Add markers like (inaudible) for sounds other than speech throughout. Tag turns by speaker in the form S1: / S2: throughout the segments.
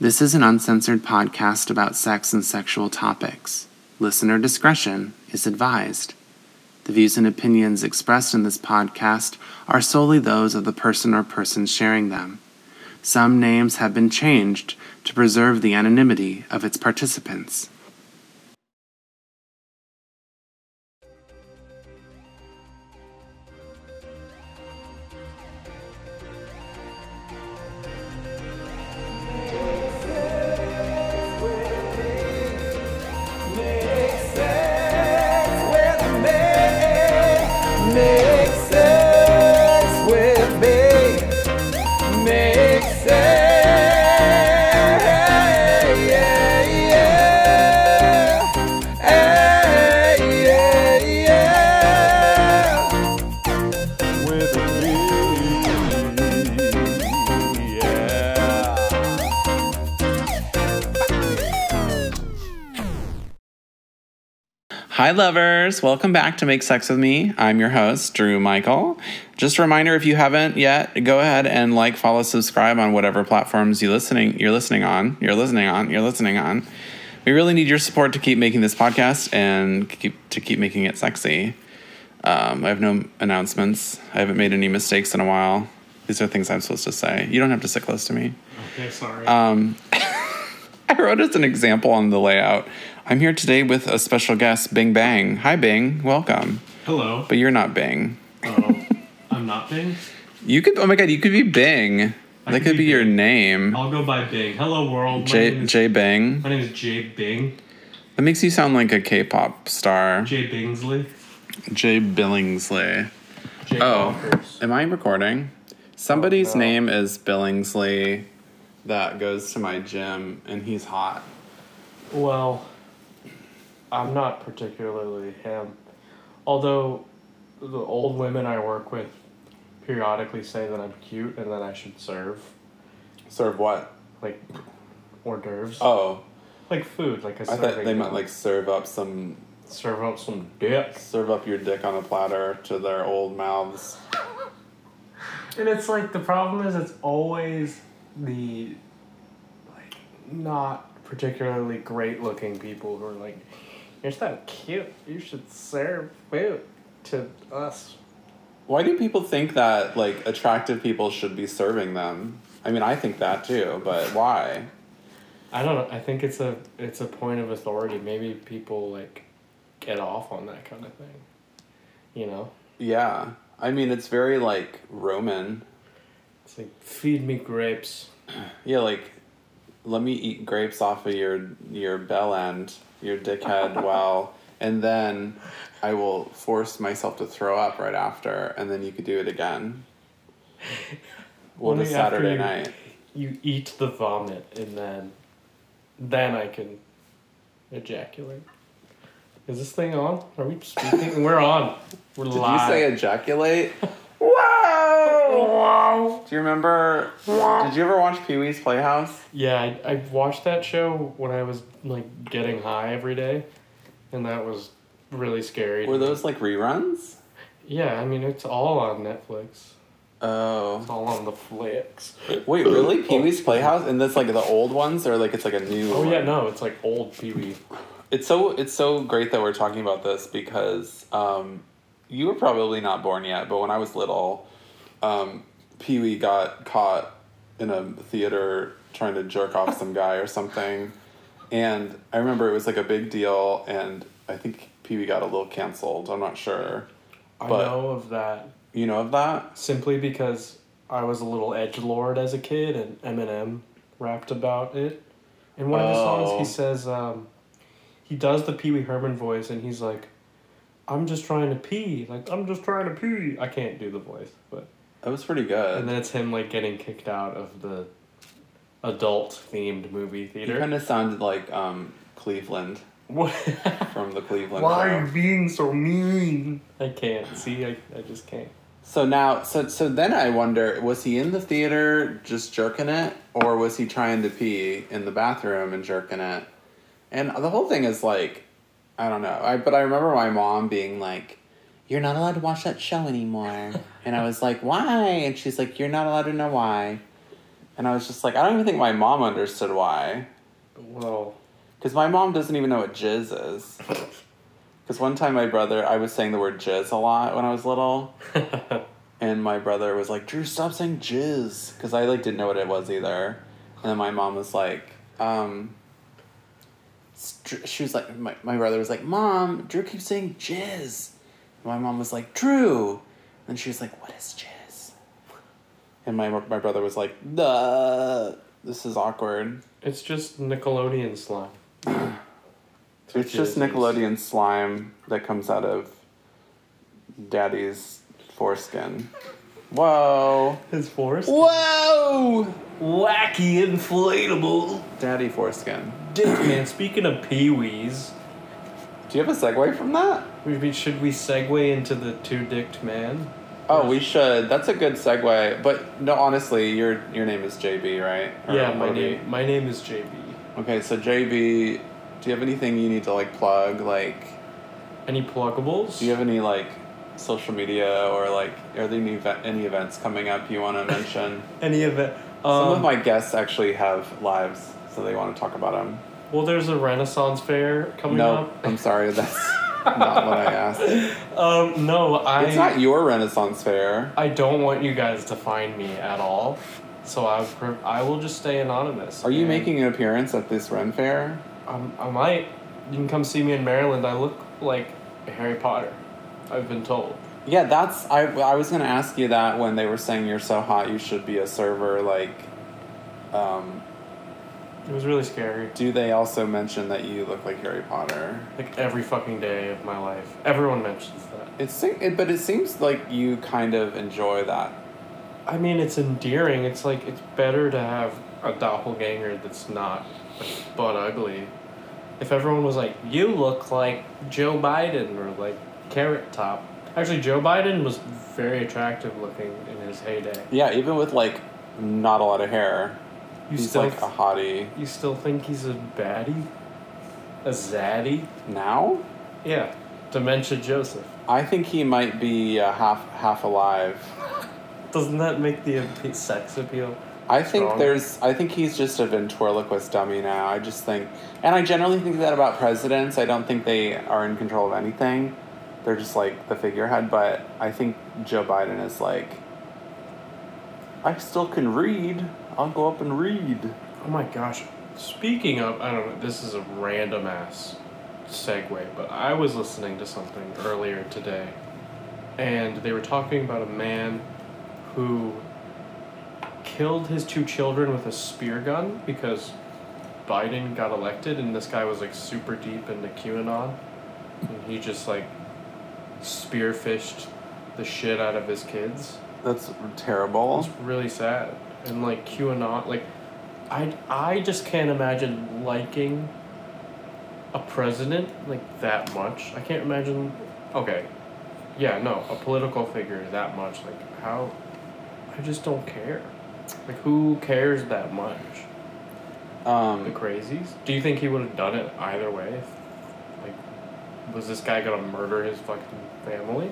S1: This is an uncensored podcast about sex and sexual topics. Listener discretion is advised. The views and opinions expressed in this podcast are solely those of the person or persons sharing them. Some names have been changed to preserve the anonymity of its participants. Hi, lovers. Welcome back to Make Sex With Me. I'm your host, Drew Michael. Just a reminder if you haven't yet, go ahead and like, follow, subscribe on whatever platforms you listening, you're listening on. You're listening on. You're listening on. We really need your support to keep making this podcast and keep, to keep making it sexy. Um, I have no announcements. I haven't made any mistakes in a while. These are things I'm supposed to say. You don't have to sit close to me. (laughs)
S2: Okay, sorry.
S1: Uh, I wrote as an example on the layout. I'm here today with a special guest, Bing Bang. Hi, Bing. Welcome.
S2: Hello.
S1: But you're not Bing.
S2: oh, I'm not Bing.
S1: You could. Oh my God. You could be Bing. that
S2: could
S1: could be,
S2: be
S1: your name.
S2: I'll go by Bing. Hello, world. My, name,
S1: J
S2: is,
S1: J Bang.
S2: my name is Jay Bing.
S1: That makes you sound like a K-pop star.
S2: Jay Bingsley.
S1: Jay Billingsley.
S2: Jay
S1: Oh,
S2: Walkers.
S1: am I recording? Somebody's
S2: no.
S1: name is Billingsley. That goes to my gym, and he's hot.
S2: Well, I'm not particularly him. Although the old women I work with periodically say that I'm cute and that I should serve
S1: Serve what?
S2: like hors d'oeuvres,
S1: Oh,
S2: like food, like a
S1: I thought
S2: serving.
S1: they meant like serve up some,
S2: serve up some dick.
S1: serve up your dick on a platter to their old mouths.
S2: And it's like the problem is it's always the like not particularly great looking people who are like, You're so cute, you should serve food to us.
S1: Why do people think that like attractive people should be serving them? I mean, I think that too, but why?
S2: I don't know, I think it's a it's a point of authority. Maybe people like get off on that kind of thing. You know?
S1: Yeah. I mean, it's very like Roman.
S2: It's like feed me grapes.
S1: Yeah, like let me eat grapes off of your your bell end, your dickhead
S2: (laughs)
S1: while and then I will force myself to throw up right after and then you could do it again. What
S2: Only
S1: a
S2: after
S1: Saturday
S2: you-
S1: night.
S2: You eat the vomit and then then I can ejaculate. Is this thing on? Are we
S1: (laughs)
S2: speaking? We're on. We're
S1: Did
S2: live.
S1: you say
S2: (laughs)
S1: ejaculate? Wow!
S2: Wow.
S1: Do you remember? Did you ever watch Pee Wee's Playhouse?
S2: Yeah, I, I watched that show when I was like getting high every day, and that was really scary. to
S1: Were
S2: me.
S1: those like reruns?
S2: Yeah, I mean it's all on Netflix.
S1: Oh.
S2: It's all on the flicks.
S1: Wait, really? Pee Wee's Playhouse? And that's like the old ones or like it's like a new
S2: Oh
S1: one?
S2: yeah, no, it's like old Pee Wee.
S1: It's so it's so great that we're talking about this because um, you were probably not born yet, but when I was little, um, Pee Wee got caught in a theater trying to jerk off some guy or something, and I remember it was like a big deal, and I think Pee Wee got a little canceled. I'm not sure.
S2: I
S1: But-
S2: know of that
S1: You know of that?
S2: simply because I was a little edge lord as a kid, and Eminem rapped about it. In one of his songs,
S1: Oh.
S2: he says um, he does the Pee Wee Herman voice, and he's like, "I'm just trying to pee, like I'm just trying to pee." I can't do the voice, but
S1: That was pretty good.
S2: and then it's him like getting kicked out of the adult themed movie
S1: You
S2: (laughs) theater.
S1: kind of sounded like um, Cleveland
S2: What?
S1: from the Cleveland.
S2: Why
S1: Show.
S2: are you being so mean? I can't see. I, I just can't.
S1: So now, so so then I wonder: was he in the theater just jerking it, or was he trying to pee in the bathroom and jerking it? And the whole thing is like, I don't know. I but I remember my mom being like, "You're not allowed to watch that show anymore," and I was like, "Why?" And she's like, "You're not allowed to know why." And I was just like, I don't even think my mom understood why.
S2: Well,
S1: Because my mom doesn't even know what jizz is. Because one time my brother, I was saying the word jizz a lot when I was little. and my brother was like, Drew, stop saying jizz. Because I like didn't know what it was either. And then my mom was like, um, st- she was like, my, my brother was like, Mom, Drew keeps saying jizz. And my mom was like, Drew. And she was like, What is jizz? And my, my brother was like, Duh, this is awkward.
S2: it's just Nickelodeon slime.
S1: It's just
S2: Jizz is-
S1: Nickelodeon slime that comes out of Daddy's foreskin. Whoa.
S2: His forest.
S1: Whoa!
S2: Wacky inflatable.
S1: Daddy foreskin.
S2: Dick man. Speaking of peewees,
S1: Do you have a segue from that?
S2: we- we- should we segue into the two-dicked man?
S1: Oh, we should. That's a good segue. But no, honestly, your your name is JB, right? Or
S2: yeah, my
S1: OB.
S2: name. My name is JB.
S1: Okay, so JB, do you have anything you need to like plug? Like,
S2: Any pluggables?
S1: do you have any like social media or like are there any event, any events coming up you want to mention?
S2: Any of it?
S1: Some
S2: Um,
S1: of my guests actually have lives, so they want to talk about them.
S2: well, there's a Renaissance fair coming
S1: No, I'm sorry, that's
S2: (laughs)
S1: not what I asked. It's
S2: up. Um, no, I.
S1: not your Renaissance fair.
S2: I don't want you guys to find me at all, so I pre- I will just stay anonymous.
S1: Are you
S2: and
S1: making an appearance at this Ren fair?
S2: I'm, I might. You can come see me in Maryland. I look like Harry Potter. I've been told.
S1: Yeah, that's. I, I was going to ask you that when they were saying you're so hot, you should be a server. Like, um,
S2: It was really scary.
S1: do they also mention that you look like Harry Potter?
S2: Like every fucking day of my life, everyone mentions that.
S1: It, se- it But it seems like you kind of enjoy that.
S2: I mean, it's endearing. It's like it's better to have a doppelganger that's not like, butt ugly. If everyone was like, "You look like Joe Biden" or like Carrot Top. Actually, Joe Biden was very attractive looking in his heyday.
S1: Yeah, even with like not a lot of hair,
S2: You
S1: he's
S2: still,
S1: like a hottie
S2: you still think he's a baddie, a zaddy?
S1: now.
S2: Yeah, dementia Joseph.
S1: I think he might be uh, half half alive.
S2: Doesn't that make the appe- sex appeal?
S1: I think
S2: Strong.
S1: there's. I think he's just a ventriloquist dummy now. I just think, and I generally think that about presidents. I don't think they are in control of anything. They're just like the figurehead. But I think Joe Biden is like, I still can read. I'll go up and read.
S2: Oh my gosh. Speaking of, I don't know, this is a random ass segue, but I was listening to something earlier today, and they were talking about a man who killed his two children with a spear gun because Biden got elected, and this guy was like super deep into QAnon, and he just like spearfished the shit out of his kids.
S1: That's terrible.
S2: It's really sad. And like QAnon, like I I just can't imagine liking a president like that much. I can't imagine. Okay, yeah, no, a political figure that much. Like how, I just don't care. Like who cares that much? The
S1: Um,
S2: crazies. Do you think he would have done it either way? If, like, was this guy gonna murder his fucking family?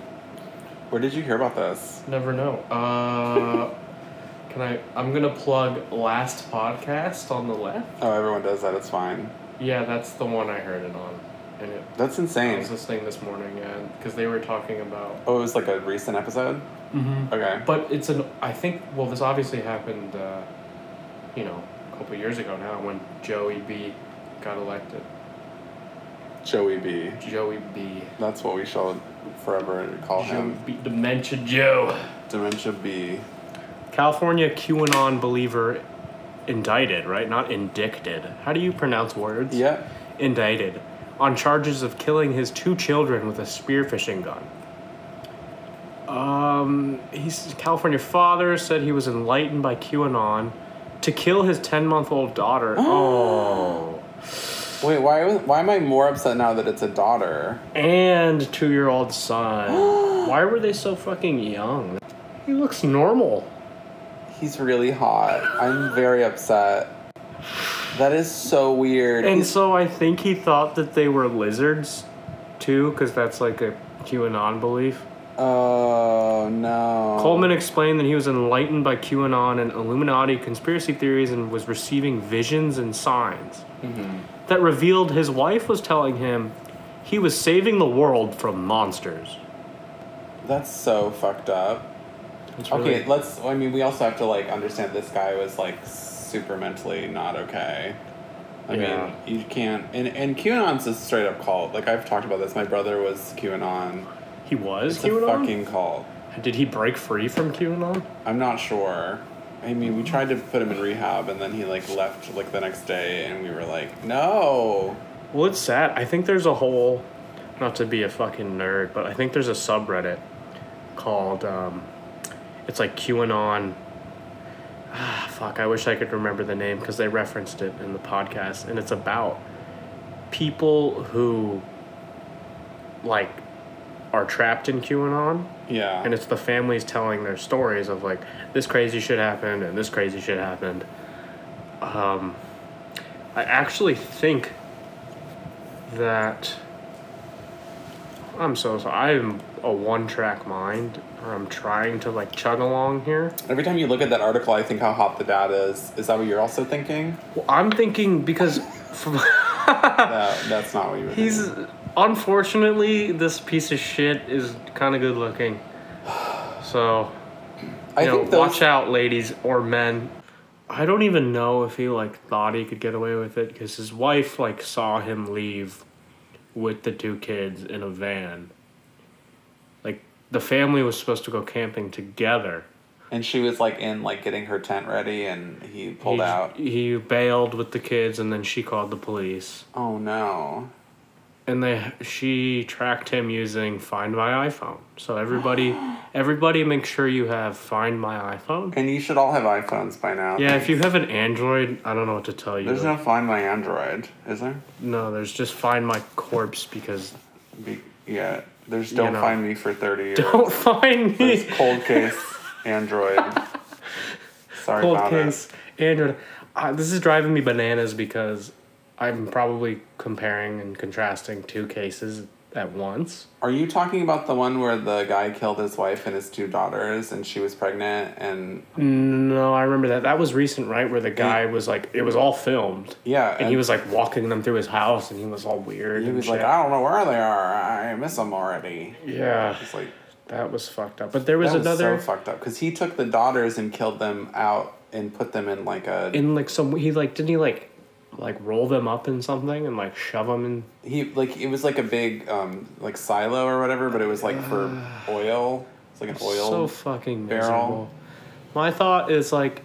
S1: where did you hear about this?
S2: Never know. Uh, (laughs) can I? I'm gonna plug last podcast on the left.
S1: Oh, everyone does that. It's fine.
S2: Yeah, that's the one I heard it on, and it.
S1: That's
S2: I
S1: insane.
S2: was listening this morning, and because they were talking about.
S1: Oh, it was like a recent episode. Okay.
S2: But it's an. I think. Well, this obviously happened. Uh, you know, a couple years ago now, when Joey B. got elected.
S1: Joey B.
S2: Joey B.
S1: That's what we shall forever call
S2: Joey
S1: him.
S2: B. Dementia Joe.
S1: Dementia B.
S2: California QAnon believer indicted, right? Not indicted. How do you pronounce words?
S1: Yeah.
S2: indicted on charges of killing his two children with a spearfishing gun. Um, his California father said he was enlightened by QAnon to kill his 10 month old daughter. oh.
S1: Wait, why was- why am I more upset now that it's a daughter?
S2: And two year old son. Why were they so fucking young? He looks normal.
S1: He's really hot. I'm very upset. That is so weird.
S2: And
S1: He's-
S2: so I think he thought that they were lizards too, because that's like a QAnon belief.
S1: Oh no.
S2: Coleman explained that he was enlightened by QAnon and Illuminati conspiracy theories and was receiving visions and signs that revealed his wife was telling him he was saving the world from monsters.
S1: That's so fucked up.
S2: It's really-
S1: Okay, let's. I mean, we also have to like understand this guy was like super mentally not okay. I
S2: Yeah.
S1: mean, you can't. And and QAnon's a straight up cult. Like I've talked about this. My brother was QAnon.
S2: he was
S1: It's a
S2: QAnon.
S1: fucking cult.
S2: Did he break free from QAnon?
S1: I'm not sure. I mean, we tried to put him in rehab, and then he like left like the next day, and we were like, no.
S2: Well, it's sad. I think there's a whole, not to be a fucking nerd, but I think there's a subreddit called, um, it's like QAnon. Ah, fuck, I wish I could remember the name because they referenced it in the podcast. And it's about people who, like, are trapped in QAnon.
S1: Yeah.
S2: And it's the families telling their stories of, like, this crazy shit happened and this crazy shit happened. Um, I actually think that I'm so sorry. I'm a one track mind, or I'm trying to like chug along here.
S1: Every time you look at that article, I think how hot the dad is. Is that what you're also thinking?
S2: Well, I'm thinking because (laughs) from,
S1: No, that's not what you. were
S2: he's unfortunately this piece of shit is kind of good looking. So
S1: thinking.
S2: you
S1: I
S2: know,
S1: think those,
S2: watch out, ladies or men. I don't even know if he like thought he could get away with it because his wife like saw him leave with the two kids in a van. Like the family was supposed to go camping together.
S1: And she was like in like getting her tent ready, and he pulled
S2: he,
S1: out.
S2: He bailed with the kids, and then she called the police.
S1: Oh no!
S2: And they she tracked him using Find My iPhone.
S1: (gasps)
S2: So everybody, everybody, make sure you have Find My iPhone.
S1: And you should all have iPhones by now.
S2: Yeah, if you have an Android, I don't know what to tell you.
S1: There's no Find My Android, is there?
S2: No, there's just find my corpse because (laughs)
S1: Be- yeah. There's Don't
S2: know.
S1: Find Me for Thirty Years.
S2: don't find
S1: There's
S2: me.
S1: Cold Case Android. Sorry
S2: Cold
S1: about
S2: case. Android. Uh, this is driving me bananas because I'm probably comparing and contrasting two cases at once.
S1: it. Are you talking about the one where the guy killed his wife and his two daughters, and she was pregnant? And
S2: No, I remember that. That was recent, right? Where the guy was like, it was all filmed.
S1: yeah,
S2: And he was like walking them through his house and he was "Ah." all weird.
S1: he
S2: and
S1: was like,
S2: shit.
S1: I don't know where they are. I miss them already.
S2: yeah,
S1: It's like.
S2: that was fucked up. But there was
S1: That was
S2: another.
S1: so fucked up because he took the daughters and killed them out and put them in like a
S2: in like some, he like, didn't he like, like roll them up in something and like shove them in
S1: he like it was like a big um like silo or whatever, but it was like for
S2: (sighs)
S1: oil. It's like an
S2: so
S1: oil.
S2: fucking
S1: barrel.
S2: miserable. My thought is like,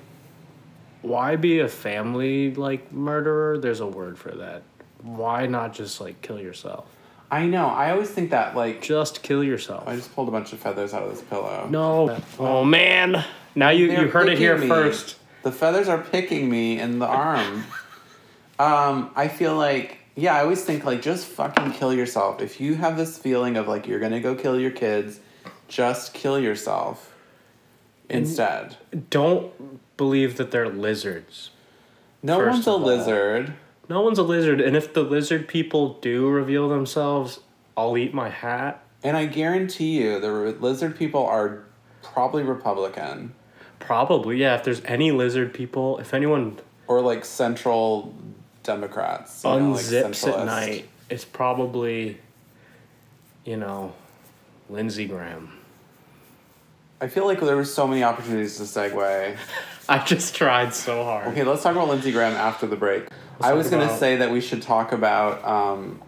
S2: why be a family like murderer? There's a word for that. Why not just like kill yourself?
S1: I know. I always think that like
S2: Just kill yourself.
S1: I just pulled a bunch of feathers out of this pillow.
S2: no. Oh man. Now you
S1: They're
S2: you heard it
S1: picking
S2: here
S1: me.
S2: first.
S1: The feathers are picking me in the arm. (laughs) um, I feel like yeah, I always think like just fucking kill yourself. If you have this feeling of like you're gonna go kill your kids, just kill yourself instead.
S2: Don't believe that they're lizards.
S1: No
S2: First
S1: one's a
S2: of all.
S1: lizard.
S2: No one's a lizard, and if the lizard people do reveal themselves, I'll eat my hat.
S1: And I guarantee you, the re- lizard people are probably Republican
S2: Probably, yeah. If there's any lizard people, if anyone
S1: or like central Democrats. you know, like
S2: unzips
S1: centralist.
S2: at night, it's probably, you know, Lindsey Graham. (laughs)
S1: I feel like there were so many opportunities to segue.
S2: I just tried so hard.
S1: Okay, let's talk about Lindsey Graham after the break. I
S2: talk
S1: was going to
S2: about-
S1: say that we should talk about. Um,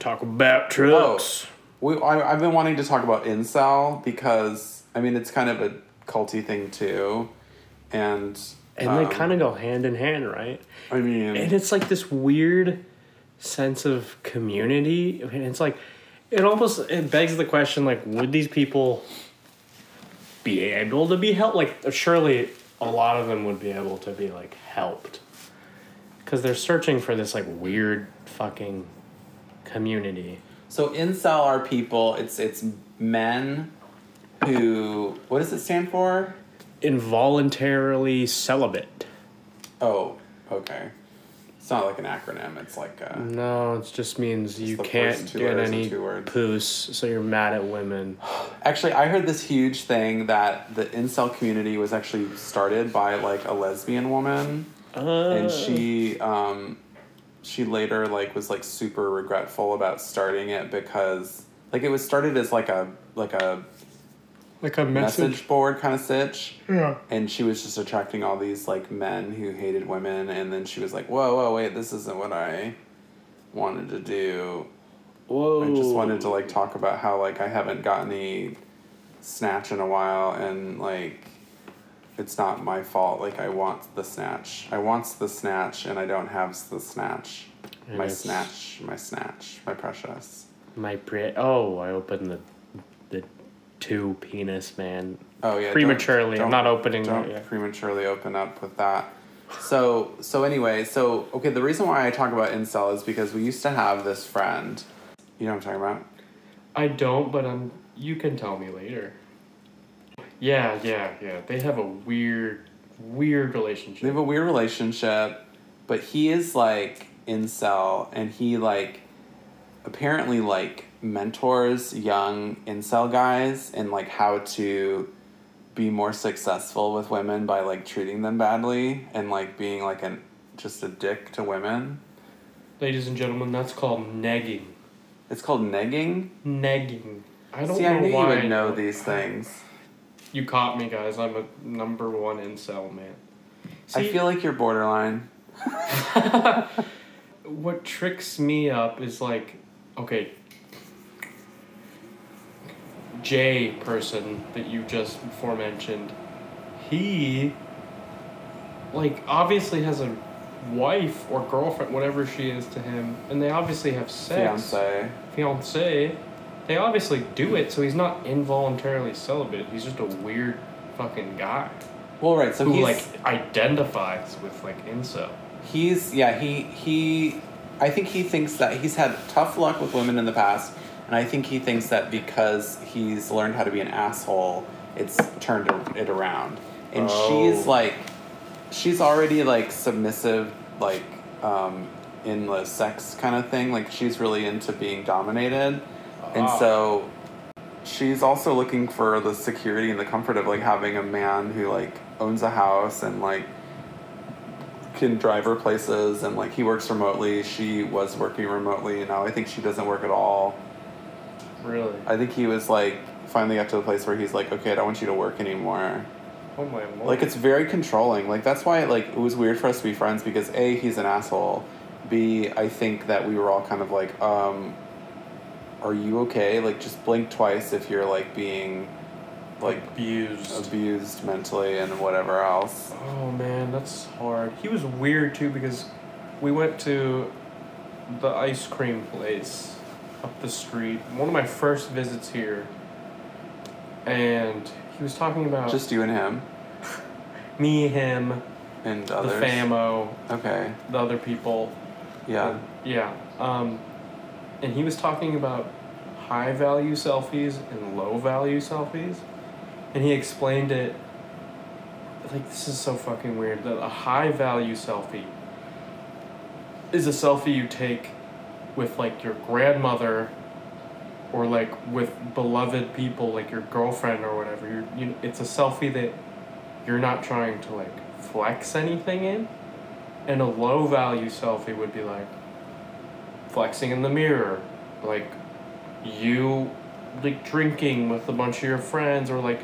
S2: Talk about
S1: oh,
S2: trucks.
S1: we, I, I've been wanting to talk about incel because, I mean, it's kind of a culty thing too. And.
S2: and
S1: um,
S2: they kind of go hand in hand, right?
S1: I mean.
S2: And it's like this weird sense of community. I mean, it's like it almost it begs the question: like, would these people be able to be helped? Like, surely a lot of them would be able to be like helped because they're searching for this like weird fucking community.
S1: So incel are people. It's it's men who. What does it stand for?
S2: Involuntarily celibate.
S1: Oh, okay. It's not like an acronym. It's like a,
S2: No, it just means you
S1: the
S2: can't
S1: first two
S2: get
S1: letters and
S2: any
S1: two words.
S2: poos, so you're mad at women.
S1: actually I heard this huge thing that the incel community was actually started by like a lesbian woman. and she um she later like was like super regretful about starting it because like it was started as like a like a
S2: like a
S1: message,
S2: message.
S1: board kind of sitch
S2: Yeah.
S1: and she was just attracting all these like men who hated women and then she was like whoa whoa wait this isn't what i wanted to do
S2: Whoa.
S1: i just wanted to like talk about how like i haven't gotten any snatch in a while and like it's not my fault like i want the snatch i wants the snatch and i don't have the snatch
S2: And
S1: my
S2: it's-
S1: snatch my snatch my precious
S2: My pre. Oh, I opened the the two penis man.
S1: oh yeah don't-
S2: Prematurely, I'm
S1: don't-
S2: not opening
S1: don't
S2: that yet.
S1: prematurely open up with that. So so anyway, so okay, the reason why I talk about incel is because we used to have this friend. You know what I'm talking about?
S2: I don't, but I'm. You can tell me later. Yeah, yeah, yeah. They have a weird, weird relationship.
S1: They have a weird relationship, but he is like incel and he like apparently like mentors young incel guys in like how to be more successful with women by like treating them badly and like being like an just a dick to women.
S2: Ladies and gentlemen, that's called negging.
S1: It's called negging.
S2: Negging. I don't
S1: See,
S2: know
S1: I knew
S2: why.
S1: you would know these things.
S2: You caught me, guys. I'm a number one incel man.
S1: I feel like you're borderline.
S2: what tricks me up is like, okay, J person that you just aforementioned, he like obviously has a wife or girlfriend, whatever she is to him, and they obviously have sex.
S1: Fiance.
S2: Fiance. They obviously do it, so he's not involuntarily celibate. He's just a weird fucking guy
S1: Well, right. So
S2: who
S1: he's
S2: like identifies with like incel.
S1: he's yeah he he i think he thinks that he's had tough luck with women in the past and i think he thinks that because he's learned how to be an asshole it's turned it around and
S2: Oh.
S1: she's like she's already like submissive like um in the sex kind of thing like she's really into being dominated and
S2: Ah.
S1: so she's also looking for the security and the comfort of like having a man who like owns a house and like can drive her places and like he works remotely she was working remotely and now i think she doesn't work at all
S2: Really?
S1: i think he was like finally got to the place where he's like okay i don't want you to work anymore
S2: Oh my lord.
S1: like it's very controlling like that's why like it was weird for us to be friends because a he's an asshole b i think that we were all kind of like um are you okay like just blink twice if you're like being like
S2: abused.
S1: abused mentally and whatever else
S2: Oh man, that's hard. He was weird too because we went to the ice cream place up the street. One of my first visits here, and he was talking about
S1: just you and him
S2: me, him,
S1: and others
S2: the famo,
S1: okay
S2: the other people.
S1: yeah
S2: Yeah. Um, and he was talking about high value selfies and low value selfies. And he explained it like this is so fucking weird that a high value selfie is a selfie you take with like your grandmother or like with beloved people like your girlfriend or whatever you're, you it's a selfie that you're not trying to like flex anything in and a low value selfie would be like flexing in the mirror like you like drinking with a bunch of your friends or like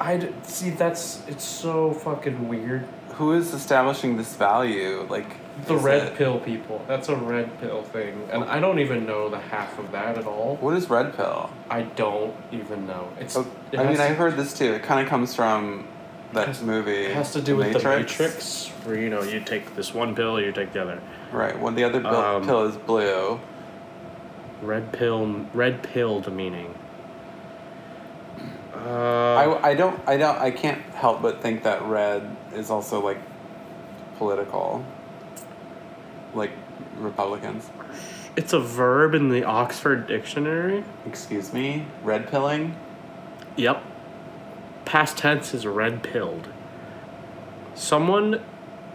S2: i see that's it's so fucking weird
S1: Who is establishing this value? Like
S2: the
S1: is
S2: red
S1: it-
S2: pill people that's a red pill thing and i don't even know the half of that at all
S1: What is red pill?
S2: i don't even know it's
S1: Oh,
S2: it
S1: I
S2: has
S1: mean,
S2: to-
S1: I've heard this too. It kind of comes from that
S2: Has-
S1: movie.
S2: it has to do with the matrix where you know you take this one pill you take the other
S1: Right. Well, the other bill,
S2: Um,
S1: pill is blue.
S2: Red pill, red pilled meaning. Uh,
S1: I, I don't I don't I can't help but think that red is also like political. Like Republicans.
S2: it's a verb in the Oxford Dictionary.
S1: Excuse me. Red pilling.
S2: Yep. Past tense is red pilled. Someone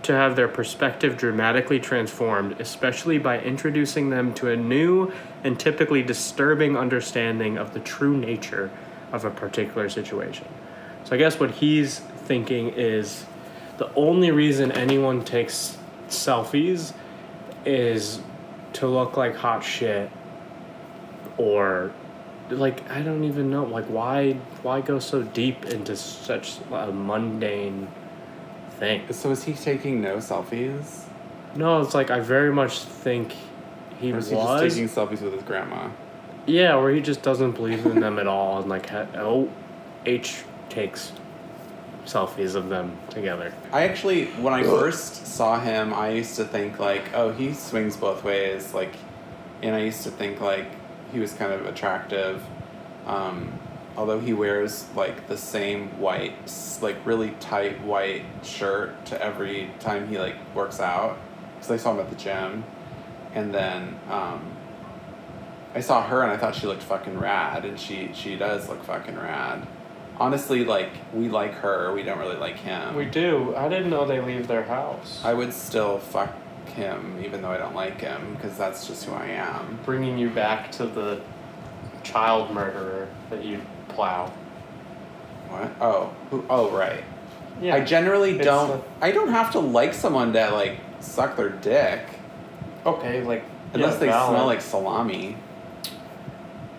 S2: to have their perspective dramatically transformed, especially by introducing them to a new and typically disturbing understanding of the true nature of a particular situation. So I guess what he's thinking is the only reason anyone takes selfies is to look like hot shit or like I don't even know like why why go so deep into such a mundane thing.
S1: So is he taking no selfies?
S2: No, it's like I very much think he
S1: Or
S2: was.
S1: is he just taking selfies with his grandma?
S2: yeah, or he just doesn't believe in them at all, and like ha- oh, H takes selfies of them together.
S1: I actually, when I first saw him, I used to think like, oh, he swings both ways, like, and I used to think like he was kind of attractive, um, although he wears like the same white, s- like really tight white shirt to every time he like works out, because I saw him at the gym, and then um, I saw her and I thought she looked fucking rad, and she she does look fucking rad. Honestly, like we like her, we don't really like him.
S2: We do. I didn't know they leave their house.
S1: I would still fuck him, even though I don't like him, because that's just who I am.
S2: bringing you back to the child murderer that you plow.
S1: What? Oh, who, oh, right.
S2: Yeah.
S1: I generally
S2: It's
S1: don't. I I don't have to like someone to like suck their dick,
S2: okay, like
S1: unless
S2: yeah,
S1: they
S2: valid.
S1: smell like salami.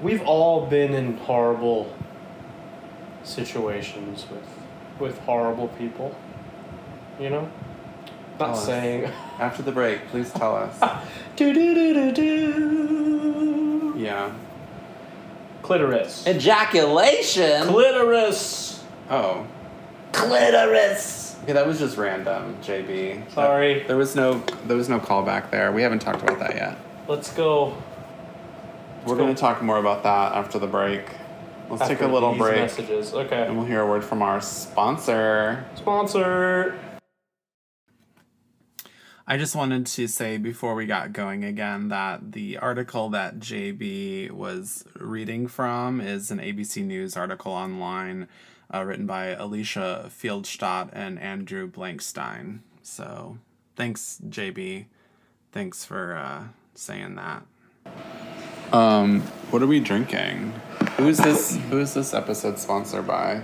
S2: We've all been in horrible situations with with horrible people. You know? Not
S1: Oh.
S2: saying (laughs)
S1: After the break, please tell us.
S2: do do do do do
S1: yeah.
S2: clitoris.
S1: Ejaculation.
S2: clitoris
S1: oh.
S2: clitoris
S1: Okay, that was just random, JB. That-
S2: Sorry.
S1: there was no there was no callback there. We haven't talked about that yet.
S2: Let's go
S1: We're
S2: go.
S1: going to talk more about that after the break. Let's take
S2: after
S1: a little
S2: these
S1: break.
S2: messages.
S1: And
S2: Okay.
S1: we'll hear a word from our sponsor.
S2: Sponsor
S1: I just wanted to say before we got going again that the article that JB was reading from is an ABC News article online uh, written by Alicia Fieldstadt and Andrew Blankstein. So thanks, JB. Thanks for uh, saying that. Um, what are we drinking? Who is this? Who is this episode sponsored by?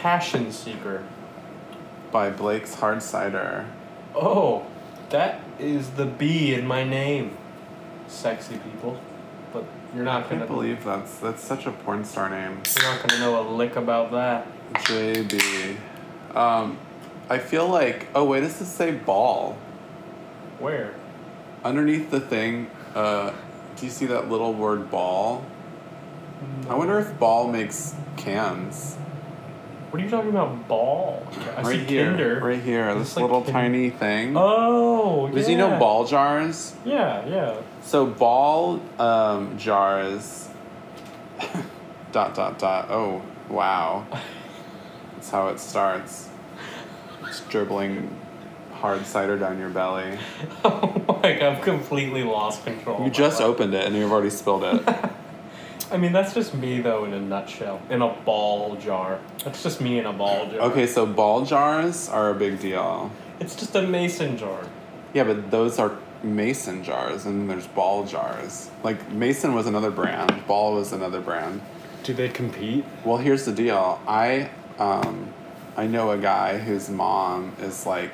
S2: Passion Seeker.
S1: By Blake's Hard Cider.
S2: Oh, that is the B in my name. Sexy people. But you're not
S1: I can't
S2: gonna
S1: believe that's that's such a porn star name.
S2: you're not gonna know a lick about that.
S1: JB. Um, I feel like oh wait, does this say ball?
S2: Where?
S1: Underneath the thing, uh, do you see that little word ball? I wonder if ball makes cans.
S2: What are you talking about? Ball. I
S1: right
S2: see
S1: here.
S2: Kinder.
S1: Right here,
S2: It's
S1: this
S2: like
S1: little
S2: Kin-
S1: tiny thing.
S2: Oh, yeah.
S1: Because you know ball jars?
S2: Yeah, yeah. (laughs)
S1: So ball um, jars (laughs) dot dot dot. Oh wow. That's how it starts. It's dribbling hard cider down your belly.
S2: Oh my god, I've completely lost control. of
S1: You
S2: my
S1: just
S2: life.
S1: opened it and you've already spilled it.
S2: I mean, that's just me though, in a nutshell, in a ball jar. That's just me in a ball jar.
S1: okay, so ball jars are a big deal.
S2: It's just a mason jar.
S1: Yeah, but those are mason jars and then there's ball jars. Like mason was another brand, ball was another brand.
S2: Do they compete?
S1: Well, here's the deal. I um, I know a guy whose mom is like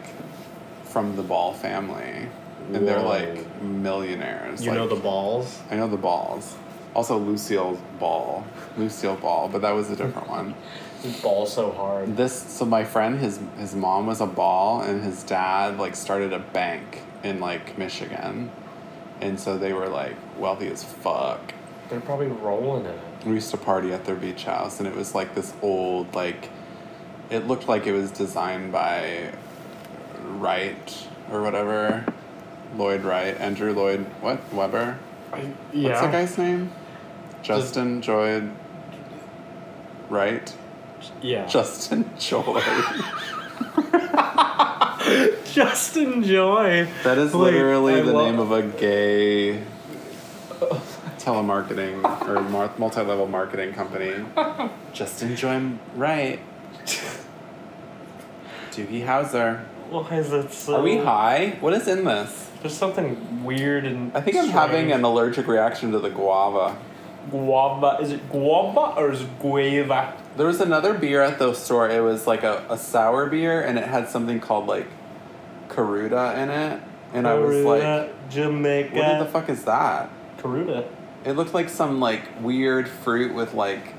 S1: from the Ball family, and they're
S2: Whoa.
S1: like millionaires.
S2: You
S1: like,
S2: know the balls.
S1: I know the Balls. Also Lucille Ball, Lucille Ball, but that was a different one.
S2: You ball so hard.
S1: This so my friend his his mom was a ball and his dad like started a bank in like Michigan, and so they were like wealthy as fuck.
S2: They're probably rolling in it.
S1: We used to party at their beach house, and it was like this old, like, it looked like it was designed by Wright or whatever. Lloyd Wright, Andrew Lloyd, what? Weber?
S2: yeah.
S1: What's the guy's name? Justin Joyd Wright? (laughs)
S2: Yeah.
S1: Justin Joyd.
S2: (laughs) Just enjoy.
S1: that is
S2: Like,
S1: literally
S2: I
S1: the
S2: love-
S1: name of a gay telemarketing or mar- multi level marketing
S2: (laughs)
S1: company. Justin Joy Wright. (laughs) Doogie Howser.
S2: Why is it so?
S1: Are we high? What is in this?
S2: There's something weird and.
S1: I think I'm having an allergic reaction to the guava.
S2: guava. Is it guava or is it guava?
S1: There was another beer at the store. It was like a, a sour beer, and it had something called like Karuda in it. And I was like,
S2: Garuda, Jamaica.
S1: what the fuck is that?
S2: Karuda.
S1: It looked like some like weird fruit with like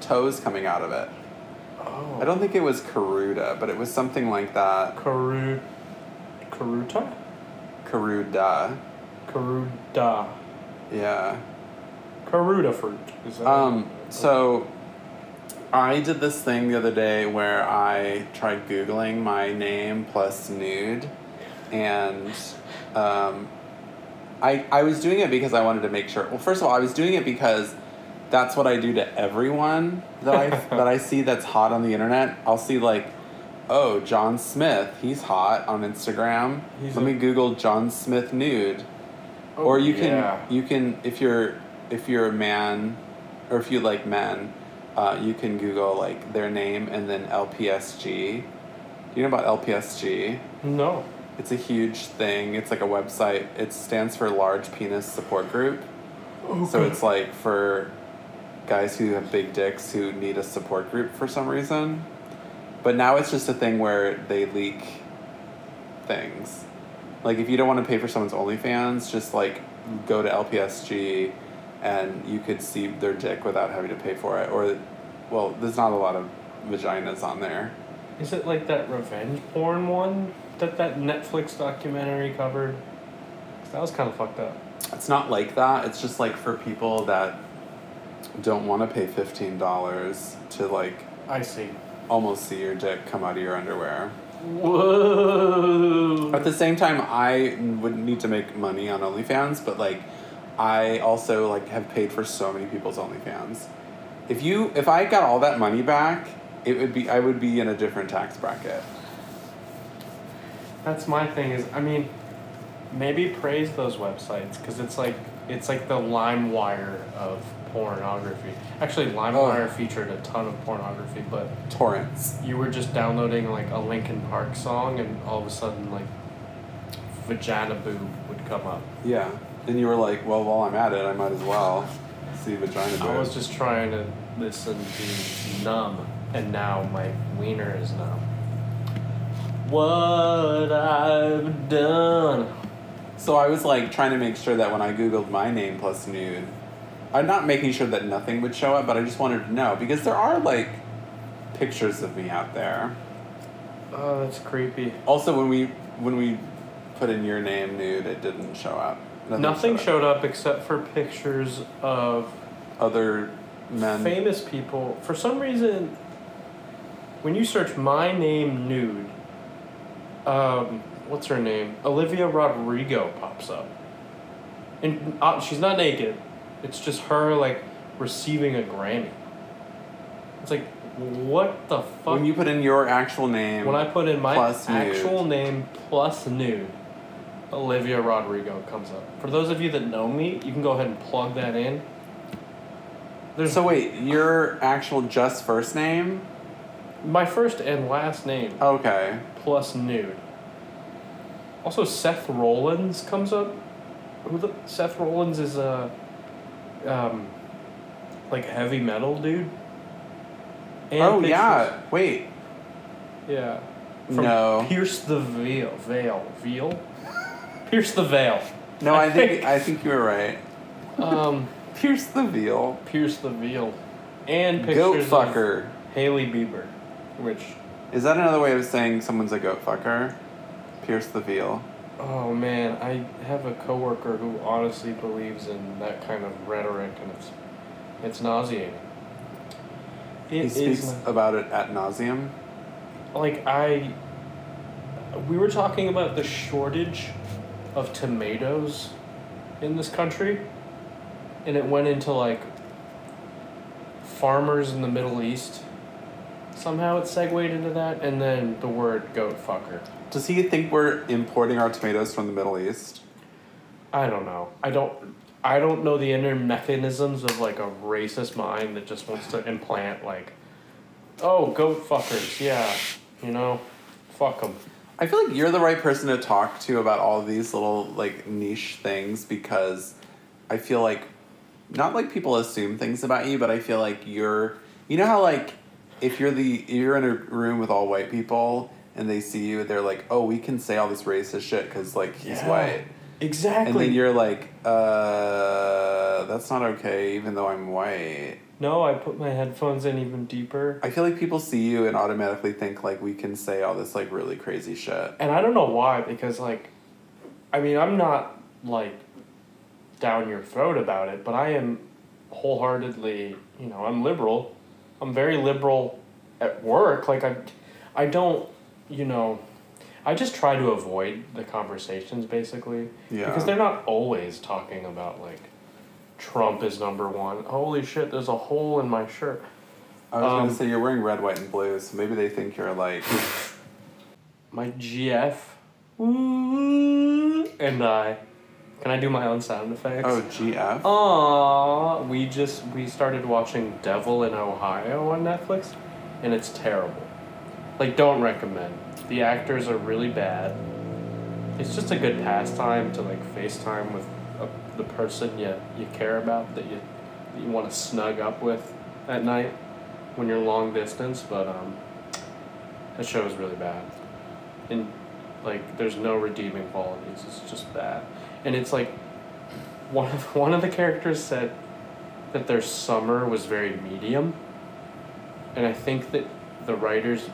S1: toes coming out of it.
S2: Oh.
S1: I don't think it was Karuda, but it was something like that.
S2: Karu. Karuta?
S1: Karuda.
S2: Karuda.
S1: Yeah.
S2: Karuda fruit. Is that
S1: Um, so I did this thing the other day where I tried Googling my name plus nude, and um, I, I was doing it because I wanted to make sure. Well, first of all, I was doing it because that's what I do to everyone that
S2: (laughs)
S1: I, that I see that's hot on the internet. I'll see, like, oh, John Smith, he's hot on Instagram.
S2: He's
S1: Let
S2: a-
S1: me Google John Smith nude
S2: Oh,
S1: or you can
S2: yeah.
S1: you can if you're if you're a man or if you like men uh, you can google like their name and then lpsg you know about lpsg
S2: No.
S1: it's a huge thing it's like a website it stands for large penis support group
S2: Oh,
S1: so it's like for guys who have big dicks who need a support group for some reason but now it's just a thing where they leak things like if you don't want to pay for someone's OnlyFans, just like go to LPSG, and you could see their dick without having to pay for it. Or, well, there's not a lot of vaginas on there.
S2: Is it like that revenge porn one that that Netflix documentary covered? That was kind of fucked up.
S1: It's not like that. It's just like for people that don't want to pay fifteen dollars to like
S2: I see.
S1: almost see your dick come out of your underwear.
S2: Mm-hmm. Whoa.
S1: At the same time, I would need to make money on OnlyFans, but like, I also like have paid for so many people's OnlyFans. If you, if I got all that money back, it would be I would be in a different tax bracket.
S2: That's my thing. Is I mean, maybe praise those websites because it's like it's like the LimeWire of pornography. Actually, LimeWire featured a ton of pornography, but
S1: Torrents.
S2: you were just downloading like a Linkin Park song, and all of a sudden like vagina boob would come up.
S1: Yeah. And you were like, well, while I'm at it, I might as well see vagina
S2: I was
S1: boobs.
S2: just trying to listen to numb, and now my wiener is numb. What I've done.
S1: So I was like trying to make sure that when I googled my name plus nude, I'm not making sure that nothing would show up, but I just wanted to know because there are like pictures of me out there.
S2: Oh, that's creepy.
S1: Also, when we when we put in your name nude, it didn't show up.
S2: Nothing
S1: up.
S2: showed up except for pictures of
S1: Other men.
S2: famous people. For some reason, when you search my name nude, um, what's her name? Olivia Rodrigo pops up. And uh, she's not naked, it's just her, like, receiving a Grammy. It's like, what the fuck?
S1: when you put in your actual name.
S2: When I put in my
S1: Plus nude.
S2: actual name plus nude, Olivia Rodrigo comes up. For those of you that know me, you can go ahead and plug that in. There's
S1: so wait, your actual just first name?
S2: my first and last name
S1: Okay.
S2: plus nude. Also, Seth Rollins comes up. Who the Seth Rollins is a, um, like heavy metal dude. And
S1: oh
S2: pictures-
S1: yeah. Wait.
S2: Yeah.
S1: No.
S2: Pierce the veil. Veil. Veil. Pierce the veil.
S1: No, I
S2: (laughs)
S1: think I think you were right.
S2: Um,
S1: Pierce the veil.
S2: Pierce the veil. And pictures
S1: Goat
S2: of
S1: fucker.
S2: Haley Bieber, which
S1: Is that another way of saying someone's a goat fucker? Pierce the veil.
S2: oh man, I have a coworker who honestly believes in that kind of rhetoric, and it's it's nauseating. It
S1: He
S2: is
S1: speaks
S2: na-
S1: about it at nauseum.
S2: like I. We were talking about the shortage of tomatoes in this country, and it went into like farmers in the Middle East. Somehow it segued into that, and then the word goat fucker.
S1: Does he think we're importing our tomatoes from the Middle East?
S2: I don't know. I don't. I don't know the inner mechanisms of like a racist mind that just wants to implant like, oh, goat fuckers, yeah, you know, fuck them.
S1: I feel like you're the right person to talk to about all these little like niche things because I feel like not like people assume things about you, but I feel like you're you know how like if you're the you're in a room with all white people and they see you, they're like, oh, we can say all this racist shit because like he's
S2: Yeah.
S1: white,
S2: Exactly.
S1: and then you're like, uh, that's not okay, even though I'm white.
S2: no, I put my headphones in even deeper.
S1: I feel like people see you and automatically think like we can say all this like really crazy shit.
S2: And I don't know why, because like, I mean, I'm not like down your throat about it, but I am wholeheartedly, you know, I'm liberal. I'm very liberal at work. Like I, I don't, you know, I just try to avoid the conversations basically
S1: Yeah.
S2: because they're not always talking about like Trump is number one. Holy shit, there's a hole in my shirt.
S1: I was
S2: Um,
S1: gonna say you're wearing red, white, and blue, so maybe they think you're like
S2: My GF. Ooh, And I. Can I do my own sound effects?
S1: oh GF.
S2: Aww, we just we started watching Devil in Ohio on Netflix, and it's terrible. Like, don't recommend. The actors are really bad. It's just a good pastime to like FaceTime with a, the person you you care about that you that you want to snug up with at night when you're long distance. But um, that show is really bad, and like, there's no redeeming qualities. It's just bad, and it's like one of (laughs) one of the characters said that their summer was very medium, and I think that the writers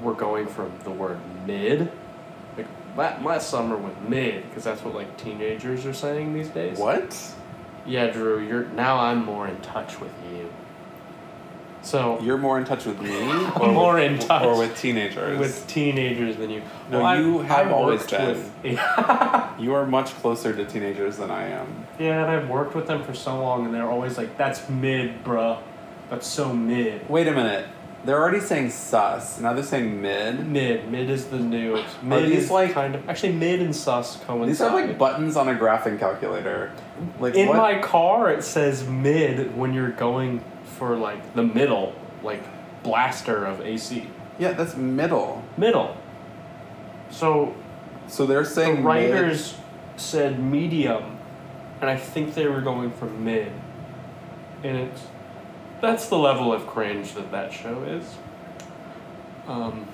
S2: were going from the word mid, like my, my summer was mid because that's what like teenagers are saying these days.
S1: What?
S2: Yeah, Drew, you're now I'm more in touch with you. So
S1: You're more in touch with
S2: (laughs)
S1: me,
S2: I'm more in
S1: with,
S2: touch
S1: or with teenagers.
S2: with teenagers than you.
S1: No,
S2: Well, I-
S1: you have
S2: I
S1: always
S2: worked
S1: been.
S2: with- (laughs)
S1: you are much closer to teenagers than I am.
S2: Yeah, and I've worked with them for so long, and they're always like, "That's mid, bruh. That's so mid.
S1: Wait a minute. They're already saying sus. Now they're saying mid.
S2: Mid, mid is the new. Mid
S1: these,
S2: is
S1: like-
S2: kind of actually mid and sus coincide.
S1: These are like buttons on a graphing calculator. Like
S2: in
S1: what?
S2: my car, it says mid when you're going for like the middle, like blaster of AC,
S1: yeah, that's middle.
S2: middle. So
S1: So they're
S2: the
S1: saying mid-
S2: writers said medium, and I think they were going for mid, and it's that's the level of cringe that that show is. Um.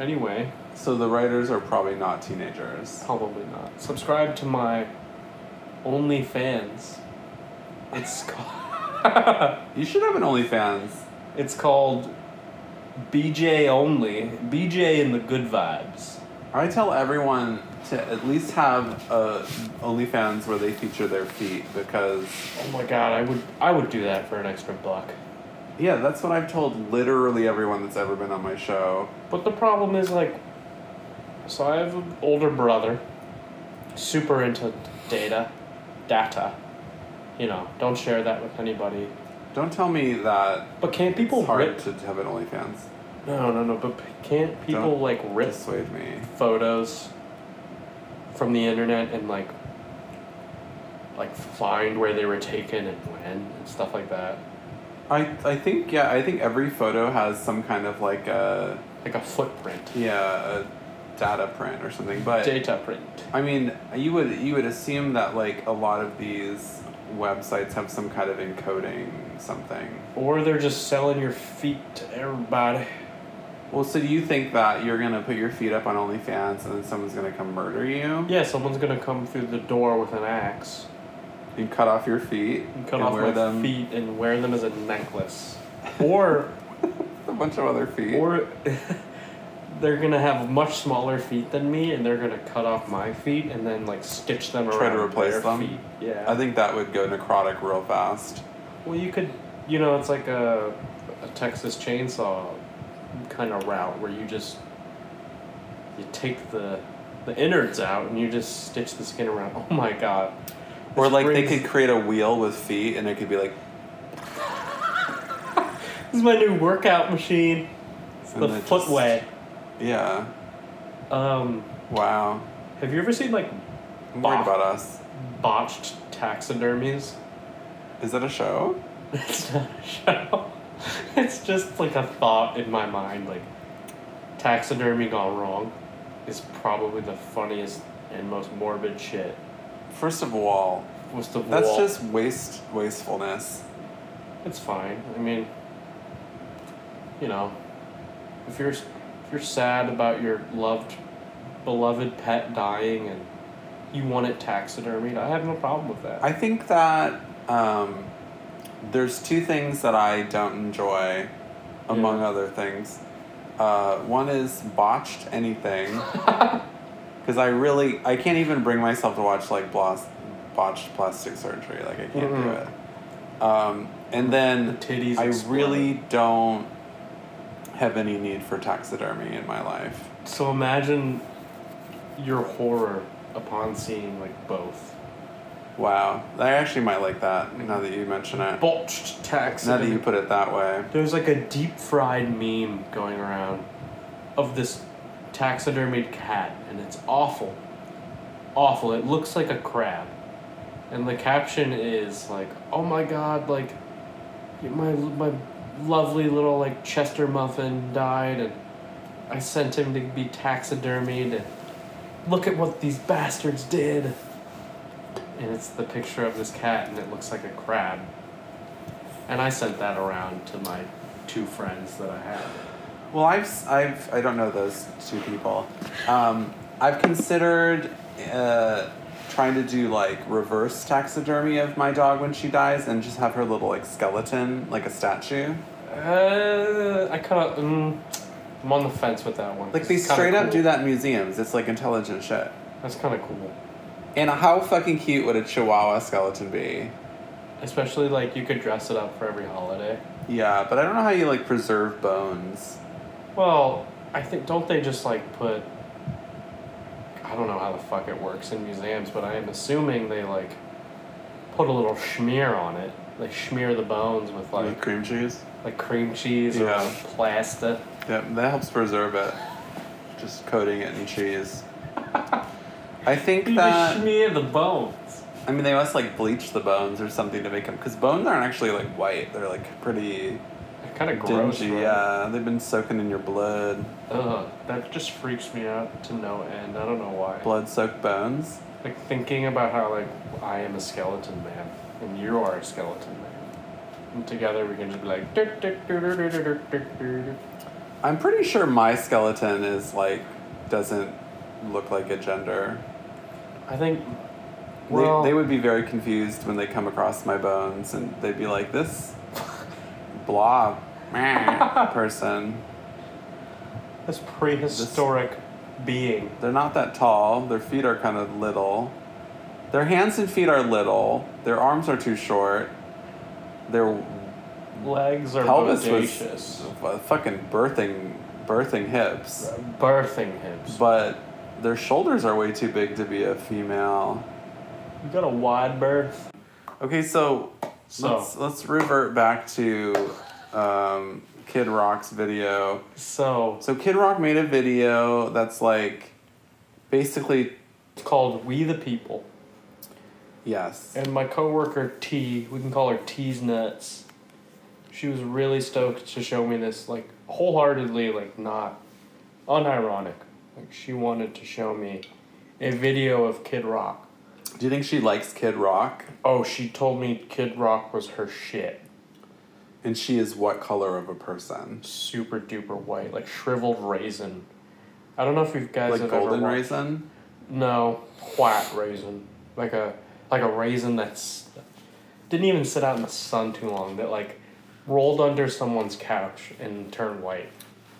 S2: Anyway,
S1: So the writers are probably not teenagers.
S2: probably not. Subscribe to my OnlyFans. It's called.
S1: You should have an OnlyFans.
S2: (laughs) it's called BJ Only. BJ and the Good Vibes.
S1: I tell everyone to at least have a OnlyFans where they feature their feet because
S2: Oh my god, I would I would do that for an extra buck.
S1: yeah, that's what I've told literally everyone that's ever been on my show.
S2: But the problem is like, so I have an older brother, super into data, data. You know, don't share that with anybody.
S1: Don't tell me that
S2: But can't people
S1: it's hard
S2: rip?
S1: to have an OnlyFans.
S2: No, no, no. But p- can't people
S1: Don't
S2: like rip
S1: Persuade me.
S2: photos from the internet and like, like find where they were taken and when and stuff like that?
S1: I I think yeah, I think every photo has some kind of like a
S2: Like a footprint,
S1: yeah, a data print or something. But
S2: data print.
S1: I mean, you would you would assume that like a lot of these websites have some kind of encoding something.
S2: Or they're just selling your feet to everybody.
S1: Well, so do you think that you're gonna put your feet up on OnlyFans and then someone's gonna come murder you
S2: Yeah, someone's gonna come through the door with an axe.
S1: and cut off your feet
S2: and cut off my feet and wear them as
S1: (laughs)
S2: a necklace. Or
S1: a bunch of other feet?
S2: or (laughs) they're gonna have much smaller feet than me and they're gonna cut off my feet and then like stitch them
S1: Try to
S2: around
S1: replace
S2: their
S1: them?
S2: feet. Yeah.
S1: I think that would go necrotic real fast.
S2: well you could you know, it's like a a Texas chainsaw kind of route where you just you take the the innards out and you just stitch the skin around. (laughs) Oh my god.
S1: Or
S2: This
S1: like
S2: brings-
S1: they could create a wheel with feet and it could be like
S2: (laughs) This is my new workout machine. It's
S1: And
S2: the
S1: they just-
S2: footway.
S1: yeah,
S2: Um
S1: wow.
S2: Have you ever seen like
S1: I'm worried
S2: Bah.
S1: about us.
S2: botched
S1: (laughs)
S2: taxidermies?
S1: Is that a show?
S2: It's not a (laughs) show. It's just like a thought in my mind, like taxidermy gone wrong. is probably the funniest and most morbid shit.
S1: First of all,
S2: Was the
S1: that's
S2: wall.
S1: just waste wastefulness.
S2: It's fine. I mean, you know, if you're if you're sad about your loved, beloved pet dying and you want it taxidermied, I have no problem with that.
S1: I think that um, there's two things that I don't enjoy, among
S2: Yeah.
S1: other things. Uh, one is botched anything,
S2: (laughs)
S1: because I really I can't even bring myself to watch like blos- botched plastic surgery. Like I can't do
S2: Mm-mm.
S1: it. Um, and then
S2: Mm-hmm. The titties
S1: I
S2: explode.
S1: really don't have any need for taxidermy in my life.
S2: so imagine your horror upon seeing like both
S1: Wow, I actually might like that now that you mention it.
S2: botched
S1: Now that you
S2: taxidermy.
S1: put it that way.
S2: There's like a deep fried meme going around of this taxidermied cat, and it's awful. Awful. It looks like a crab. And the caption is like, oh my god, like, my, my lovely little, like, Chester muffin died, and I sent him to be taxidermied, and look at what these bastards did. And it's the picture of this cat, and it looks like a crab. And I sent that around to my two friends that I had.
S1: Well, I've, s- I've I don't know those two people. Um, I've considered uh, trying to do like reverse taxidermy of my dog when she dies, and just have her little like skeleton, like a statue.
S2: Uh, I kind of, mm, I'm on the fence with that one.
S1: Like they
S2: It's kinda
S1: straight up
S2: cool.
S1: do that in museums. It's like intelligent shit.
S2: That's kind of cool.
S1: And how fucking cute would a Chihuahua skeleton be?
S2: Especially like you could dress it up for every holiday.
S1: Yeah, but I don't know how you like preserve bones.
S2: Well, I think don't they just like put. I don't know how the fuck it works in museums, but I am assuming they like put a little schmear on it. They smear the bones with
S1: Like
S2: like
S1: cream cheese.
S2: like cream cheese or
S1: Yeah.
S2: like, pasta.
S1: Yeah, that helps preserve it. Just coating it in cheese. I think
S2: You
S1: that.
S2: just smear the bones.
S1: I mean, they must like bleach the bones or something to make them, because bones aren't actually like white. They're like pretty
S2: They're kind of gross.
S1: dingy.
S2: right?
S1: Yeah, they've been soaking in your blood.
S2: Ugh, that just freaks me out to no end. I don't know why.
S1: Blood soaked bones.
S2: Like thinking about how like I am a skeleton man and you are a skeleton man, and together we can just be like. "Dur, dur, dur, dur, dur, dur, dur, dur, dur."
S1: I'm pretty sure my skeleton is like doesn't look like a gender.
S2: I think. Well,
S1: They, they would be very confused when they come across my bones, and they'd be like,
S2: (laughs)
S1: "This blob meh, person."
S2: this prehistoric being.
S1: They're not that tall. Their feet are kind of little. Their hands and feet are little. Their arms are too short. Their
S2: Legs are
S1: pelvis
S2: bodacious.
S1: was f- fucking birthing, birthing hips.
S2: Birthing hips.
S1: But their shoulders are way too big to be a female.
S2: you got a wide birth.
S1: Okay, so,
S2: So.
S1: let's let's revert back to um, Kid Rock's video.
S2: So
S1: So Kid Rock made a video that's like basically
S2: it's called We the People.
S1: yes.
S2: And my coworker T, we can call her T's nuts. She was really stoked to show me this, like wholeheartedly, like not unironic. Like she wanted to show me a video of Kid Rock.
S1: Do you think she likes Kid Rock?
S2: Oh, she told me Kid Rock was her shit.
S1: And she is what color of a person?
S2: Super duper white, like shriveled raisin. I don't know if you guys
S1: Like
S2: have
S1: golden
S2: ever wa-
S1: raisin?
S2: No, white raisin. Like a like a raisin that's didn't even sit out in the sun too long. That like rolled under someone's couch and turned white,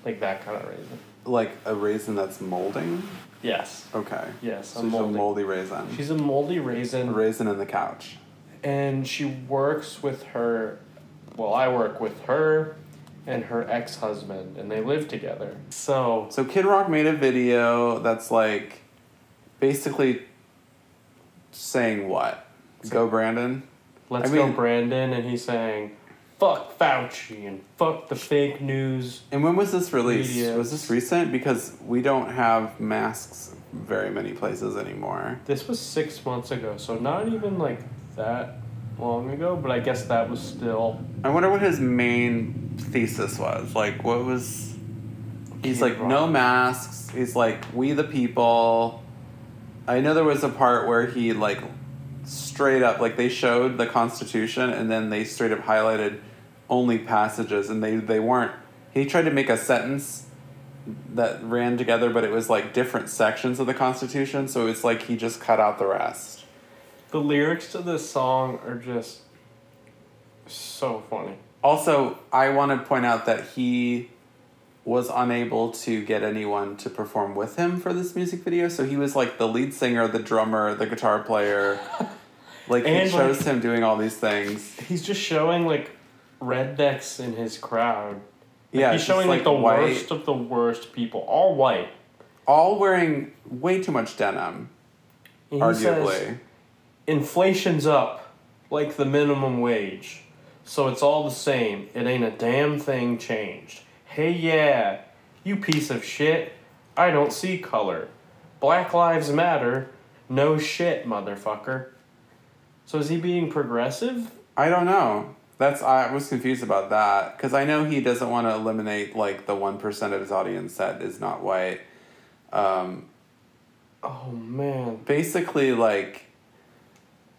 S2: like that kind of raisin.
S1: Like a raisin that's molding?
S2: Yes.
S1: Okay.
S2: Yes,
S1: So
S2: a
S1: she's
S2: moldy.
S1: a moldy raisin.
S2: She's a moldy raisin,
S1: a raisin in the couch.
S2: and she works with her. Well, I work with her and her ex husband, and they live together. So
S1: So Kid Rock made a video that's like basically saying what? Go Brandon?
S2: let's
S1: I
S2: go,
S1: mean-
S2: Brandon, and he's saying, "Fuck Fauci and fuck the fake news."
S1: And when was this released?
S2: Media.
S1: Was this recent? Because we don't have masks very many places anymore.
S2: This was six months ago, so not even like that long ago, but I guess that was still
S1: I wonder what his main thesis was. Like what was He's
S2: Keep
S1: like, no
S2: on.
S1: masks. He's like, we the people. I know there was a part where he, like, straight up, like, they showed the Constitution and then they straight up highlighted only passages and they, they weren't. He tried to make a sentence that ran together, but it was like different sections of the Constitution, so it's like he just cut out the rest.
S2: The lyrics to this song are just so funny.
S1: Also, I want to point out that he was unable to get anyone to perform with him for this music video, so he was like the lead singer, the drummer, the guitar
S2: (laughs)
S1: player. Like
S2: And,
S1: he chose
S2: like-
S1: him doing all these things.
S2: He's just showing like rednecks in his crowd.
S1: Yeah,
S2: He's
S1: just,
S2: showing like, the
S1: white-
S2: worst of the worst people, all white.
S1: all wearing way too much denim,
S2: And he
S1: arguably.
S2: says, inflation's up like the minimum wage. So it's all the same. It ain't a damn thing changed. Hey, yeah, you piece of shit. I don't see color. Black Lives Matter. No shit, motherfucker. So is he being progressive?
S1: I don't know. That's I was confused about that because I know he doesn't want to eliminate like the one percent of his audience that is not white. Um,
S2: Oh, man. (laughs)
S1: basically like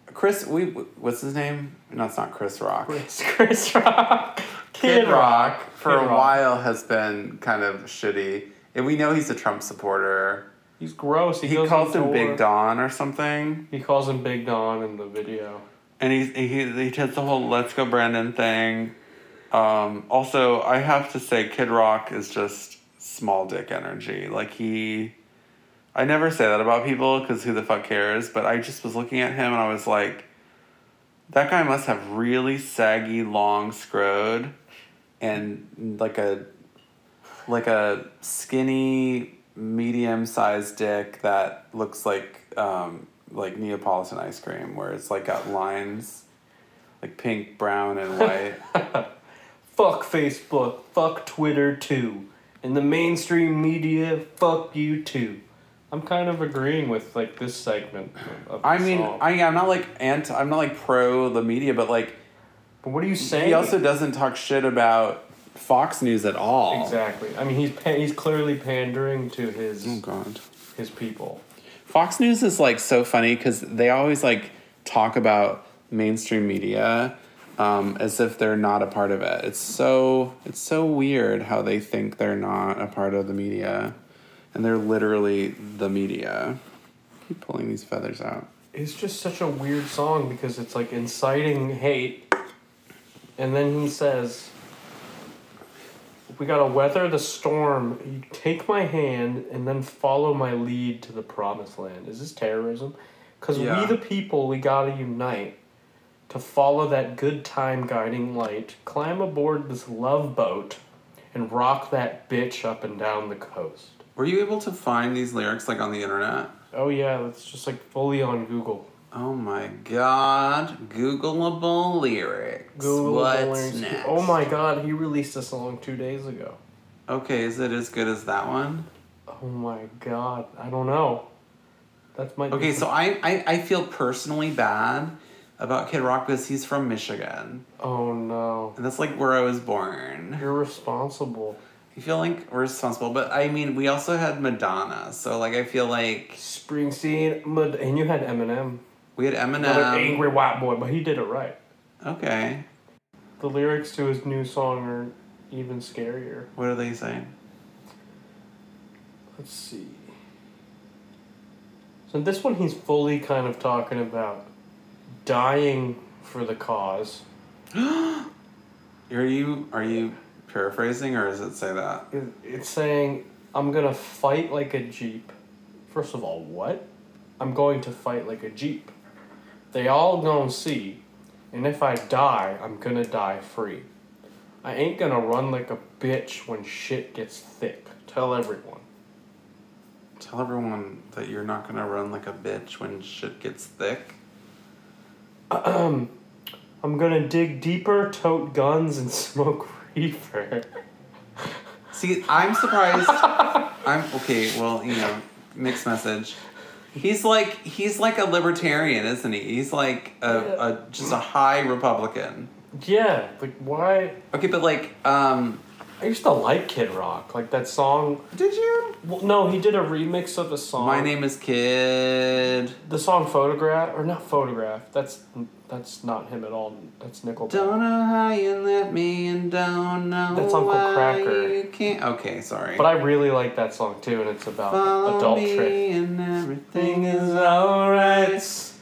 S1: Chris. We what's his name? No, it's not Chris Rock.
S2: Chris, Chris Rock. Kid,
S1: for
S2: Kid
S1: a
S2: Rock.
S1: while has been kind of shitty, and we know he's a Trump supporter.
S2: He's gross. He,
S1: He
S2: goes
S1: calls him
S2: on tour.
S1: Big Don or something,
S2: He calls him Big Don in the video.
S1: and he's he he does the whole "Let's Go Brandon" thing. Um, also, I have to say, Kid Rock is just small dick energy. Like he, I never say that about people because who the fuck cares? But I just was looking at him and I was like, that guy must have really saggy, long scrode, and like a, like a skinny, medium-sized dick that looks like um, like Neapolitan ice cream, where it's like got lines, like pink, brown, and white.
S2: Fuck Facebook. Fuck Twitter too. And the mainstream media. Fuck you too. I'm kind of agreeing with like this segment. Of the
S1: I mean,
S2: song.
S1: I, I'm not like anti. I'm not like pro the media, but like
S2: But what are you saying?
S1: he also doesn't talk shit about Fox News at all.
S2: exactly. I mean, he's pa- he's clearly pandering to his
S1: Oh god.
S2: his people.
S1: Fox News is like so funny because they always like talk about mainstream media um, as if they're not a part of it. It's so it's so weird how they think they're not a part of the media, and they're literally the media. keep pulling these feathers out.
S2: It's just such a weird song because it's like inciting hate, and then he says. We gotta weather the storm. You take my hand and then follow my lead to the promised land. Is this terrorism? Because
S1: Yeah.
S2: we, the people, we gotta unite to follow that good time guiding light, climb aboard this love boat, and rock that bitch up and down the coast.
S1: Were you able to find these lyrics like on the internet?
S2: Oh, yeah, that's just like fully on Google.
S1: Oh my god, Googleable lyrics.
S2: Google
S1: What's
S2: lyrics.
S1: next?
S2: Oh my god, he released a song two days ago.
S1: Okay, is it as good as that one?
S2: Oh my god, I don't know. That's my
S1: Okay, so I, I, I feel personally bad about Kid Rock because he's from Michigan.
S2: Oh no,
S1: And that's like where I was born.
S2: you're responsible.
S1: I feel like we're responsible, but I mean, we also had Madonna. So, like, I feel like
S2: Springsteen, Mad- and you had Eminem,
S1: we had
S2: another
S1: Eminem.
S2: angry white boy, but he did it right.
S1: Okay,
S2: The lyrics to his new song are even scarier.
S1: what are they saying?
S2: Let's see. So this one, he's fully kind of talking about dying for the cause.
S1: Are you, are you paraphrasing or does it say that?
S2: It- It's saying, I'm gonna fight like a Jeep. First of all, what? I'm going to fight like a Jeep. They all gonna see, and if I die, I'm gonna die free. I ain't gonna run like a bitch when shit gets thick. Tell everyone.
S1: Tell everyone that you're not gonna run like a bitch when shit gets thick.
S2: I'm gonna dig deeper, tote guns, and (laughs) smoke reefer.
S1: See, I'm
S2: (laughs)
S1: surprised. I'm okay. Well, you know, mixed message. He's like he's like a libertarian, isn't he? He's like a, a just a high Republican.
S2: yeah, like why?
S1: Okay, but like um,
S2: I used to like Kid Rock, like that song.
S1: Did you?
S2: Well, no, he did a remix of a song.
S1: My name is Kid.
S2: The song "Photograph" or not "Photograph." That's that's not him at all. That's Nickelback.
S1: Don't know how you let me and don't know
S2: That's Uncle
S1: why
S2: Cracker.
S1: you can't. Okay, sorry.
S2: But I really like that song too, and it's about
S1: Follow
S2: adultery.
S1: me and everything
S2: Everything
S1: is
S2: is
S1: alright.
S2: alright.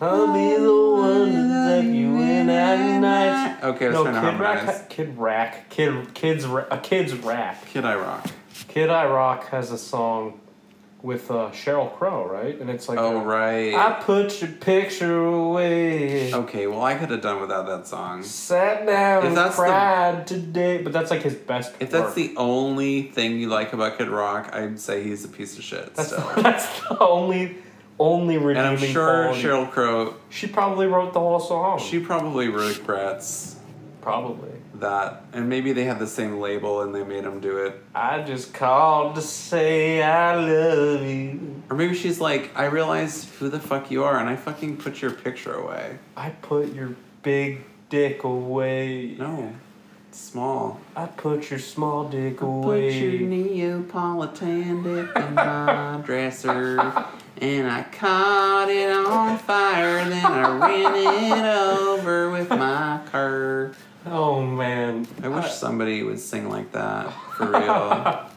S2: I'll be the one to let you in at night.
S1: Okay, let's try
S2: no,
S1: to
S2: Kid Rock,
S1: harmonize.
S2: ha- Kid Rack, Kid Kids, Ra- a Kids Rack.
S1: Kid I Rock.
S2: Kid I Rock has a song with uh, Cheryl Crow, right? And it's like,
S1: Oh
S2: a,
S1: right.
S2: I put your picture away.
S1: okay, well I could have done without that song.
S2: Sat down
S1: If
S2: and
S1: that's the-
S2: cried today, but that's like his best.
S1: If that's
S2: work.
S1: the only thing you like about Kid Rock, I'd say he's a piece of shit.
S2: that's,
S1: still.
S2: (laughs) that's the only only redeeming
S1: And I'm sure
S2: quality.
S1: Cheryl Crow,
S2: She probably wrote the whole song.
S1: she probably regrets
S2: probably.
S1: that. And maybe they had the same label and they made him do it.
S2: I just called to say I love you.
S1: Or maybe she's like, I realized who the fuck you are and I fucking put your picture away.
S2: I put your big dick away.
S1: No, it's small.
S2: I put your small dick away.
S1: Put your Neapolitan dick in
S2: (laughs)
S1: my dresser. And I caught it on fire, then I ran it over with my car.
S2: Oh man.
S1: I wish somebody would sing like that
S2: (laughs)
S1: for real.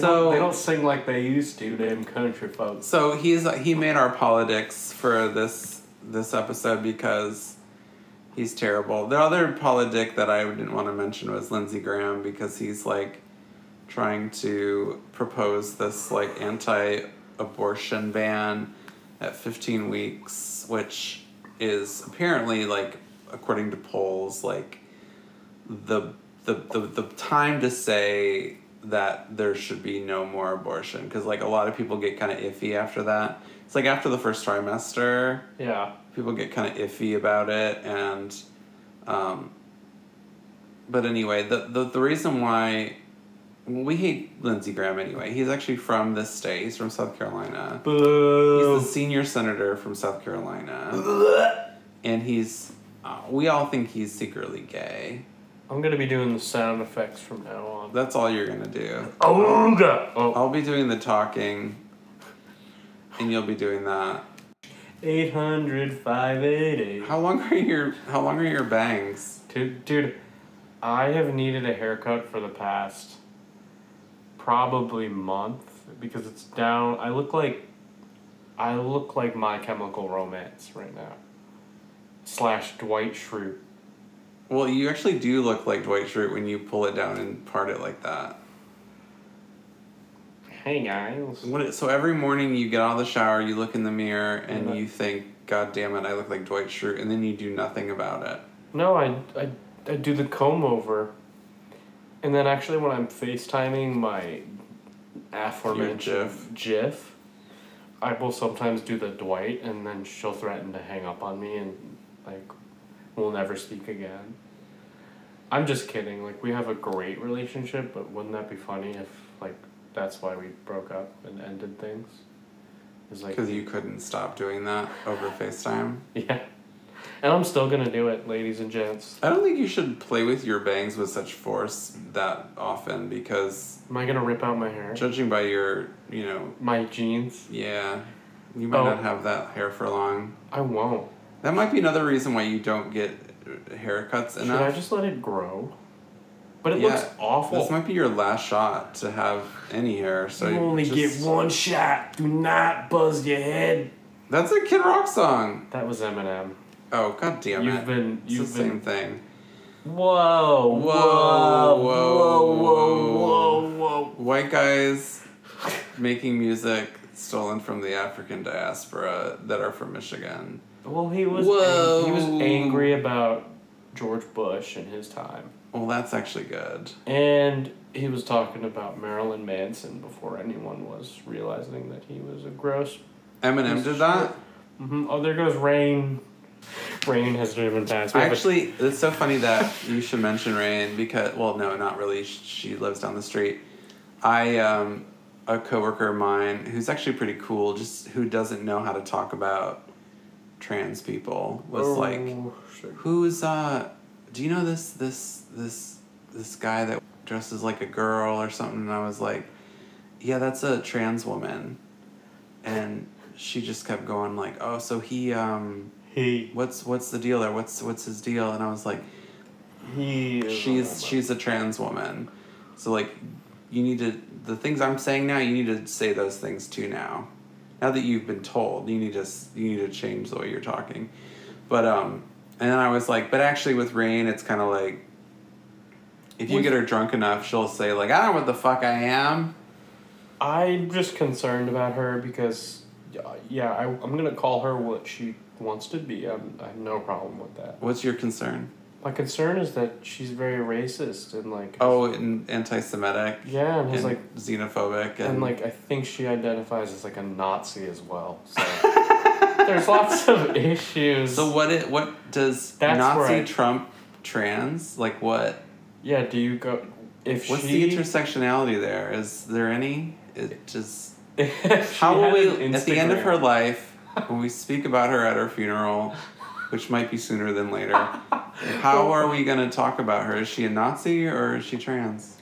S1: so
S2: don't, they don't sing like they used to, damn country folks.
S1: so he's he made our politics for this this episode because he's terrible. The other politic that I didn't want to mention was Lindsey Graham because he's like trying to propose this like anti-abortion ban at 15 weeks, which is apparently like according to polls like the the, the, the time to say that there should be no more abortion because like a lot of people get kind of iffy after that it's like after the first trimester
S2: Yeah.
S1: people get kind of iffy about it and um, but anyway the, the, the reason why we hate lindsey graham anyway he's actually from this state he's from south carolina he's
S2: Boo.
S1: the senior senator from south carolina and he's uh, we all think he's secretly gay
S2: I'm gonna be doing the sound effects from now on.
S1: that's all you're gonna do
S2: Oh god. Oh.
S1: I'll be doing the talking, and you'll be doing that.
S2: 800 588.
S1: How long are your How long are your bangs?
S2: Dude, dude, I have needed a haircut for the past probably month because it's down. I look like I look like My Chemical Romance right now. Slash Dwight Schrute.
S1: Well, you actually do look like Dwight Schrute when you pull it down and part it like that.
S2: Hey guys.
S1: What? it- So every morning you get out of the shower, you look in the mirror, and you think, "God damn it, I look like Dwight Schrute," and then you do nothing about it.
S2: No, I, I, I do the comb over. And then actually, when I'm FaceTiming my aforementioned GIF. I will sometimes do the Dwight, and then she'll threaten to hang up on me and, like, we'll never speak again. I'm just kidding. Like, we have a great relationship, but wouldn't that be funny if, like, that's why we broke up and ended things? Is like,
S1: Because you couldn't stop doing that over Facetime.
S2: (laughs) yeah. And I'm still gonna do it, ladies and gents.
S1: I don't think you should play with your bangs with such force that often because,
S2: Am I gonna rip out my hair?
S1: judging by your, you know,
S2: my jeans.
S1: Yeah, you might
S2: Oh.
S1: not have that hair for long.
S2: I won't.
S1: That might be another reason why you don't get uh, haircuts
S2: Should I
S1: enough.
S2: just let it grow? But it
S1: Yeah,
S2: looks awful.
S1: This might be your last shot to have any hair. So
S2: you only
S1: just-
S2: get one shot. Do not buzz your head.
S1: That's a Kid Rock song.
S2: That was Eminem.
S1: Oh god damn
S2: You've
S1: it!
S2: been-
S1: It's
S2: you've
S1: the
S2: been-
S1: same thing.
S2: Whoa!
S1: whoa,
S2: Whoa! Whoa! Whoa!
S1: whoa,
S2: Whoa! Whoa!
S1: White guys making music stolen from the African diaspora that are from Michigan.
S2: Well, he was
S1: Whoa.
S2: ang- he was angry about George Bush in his time,
S1: Well, that's actually good.
S2: and he was talking about Marilyn Manson before anyone was realizing that he was a gross
S1: Eminem did that.
S2: hmm Oh, there goes rain. Rain has not even passed. We have a-
S1: Actually, it's so funny that you should mention Rain because, well, no, not really. Sh- She lives down the street. I, um, a coworker of mine who's actually pretty cool, just who doesn't know how to talk about trans Oh, people, was like,
S2: Oh, shit.
S1: "Who's uh, do you know this this this this guy that dresses like a girl or something, and I was like, yeah, that's a trans woman. And she just kept going like, oh, so he, um,
S2: He
S1: what's what's the deal there? What's what's his deal? And I was like,
S2: he. Is
S1: she's she's a trans woman, so like, you need to the things I'm saying now. You need to say those things too now. Now that you've been told, you need to s- you need to change the way you're talking. But um, and then I was like, but actually with Rain, it's kind of like, if you
S2: With-
S1: get her drunk enough, she'll say like, I don't know what the fuck I am.
S2: I'm just concerned about her because, uh, yeah, I, I'm gonna call her what she wants to be. I'm, I have no problem with that.
S1: What's your concern?
S2: My concern is that she's very racist and like.
S1: Oh, and anti-Semitic
S2: Yeah, and
S1: and
S2: he's like,
S1: xenophobic and,
S2: and like I think she identifies as like a Nazi as well.
S1: (laughs)
S2: So there's lots of issues.
S1: So what it what does
S2: That's
S1: Nazi
S2: where I-
S1: Trump trans like what
S2: yeah, do you go if
S1: what's
S2: she?
S1: the intersectionality there is there any it just
S2: (laughs) if she
S1: how will
S2: had
S1: we
S2: an
S1: at the end of
S2: Instagram-
S1: her life when we speak about her at her funeral which might be sooner than
S2: (laughs)
S1: later how are we going to talk about her is she a Nazi or is she trans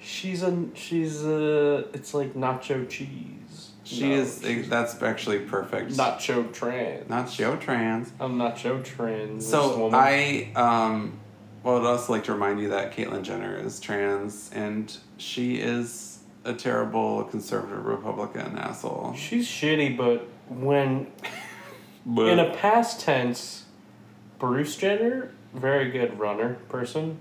S2: She's a she's a it's like nacho cheese.
S1: she
S2: No,
S1: is
S2: she's
S1: that's actually perfect
S2: nacho trans.
S1: not show trans
S2: I'm nacho trans.
S1: So
S2: woman.
S1: I um well I'd also like to remind you that Caitlyn Jenner is trans and she is a terrible conservative Republican asshole.
S2: she's shitty, but when in a past tense, Bruce Jenner, very good runner person,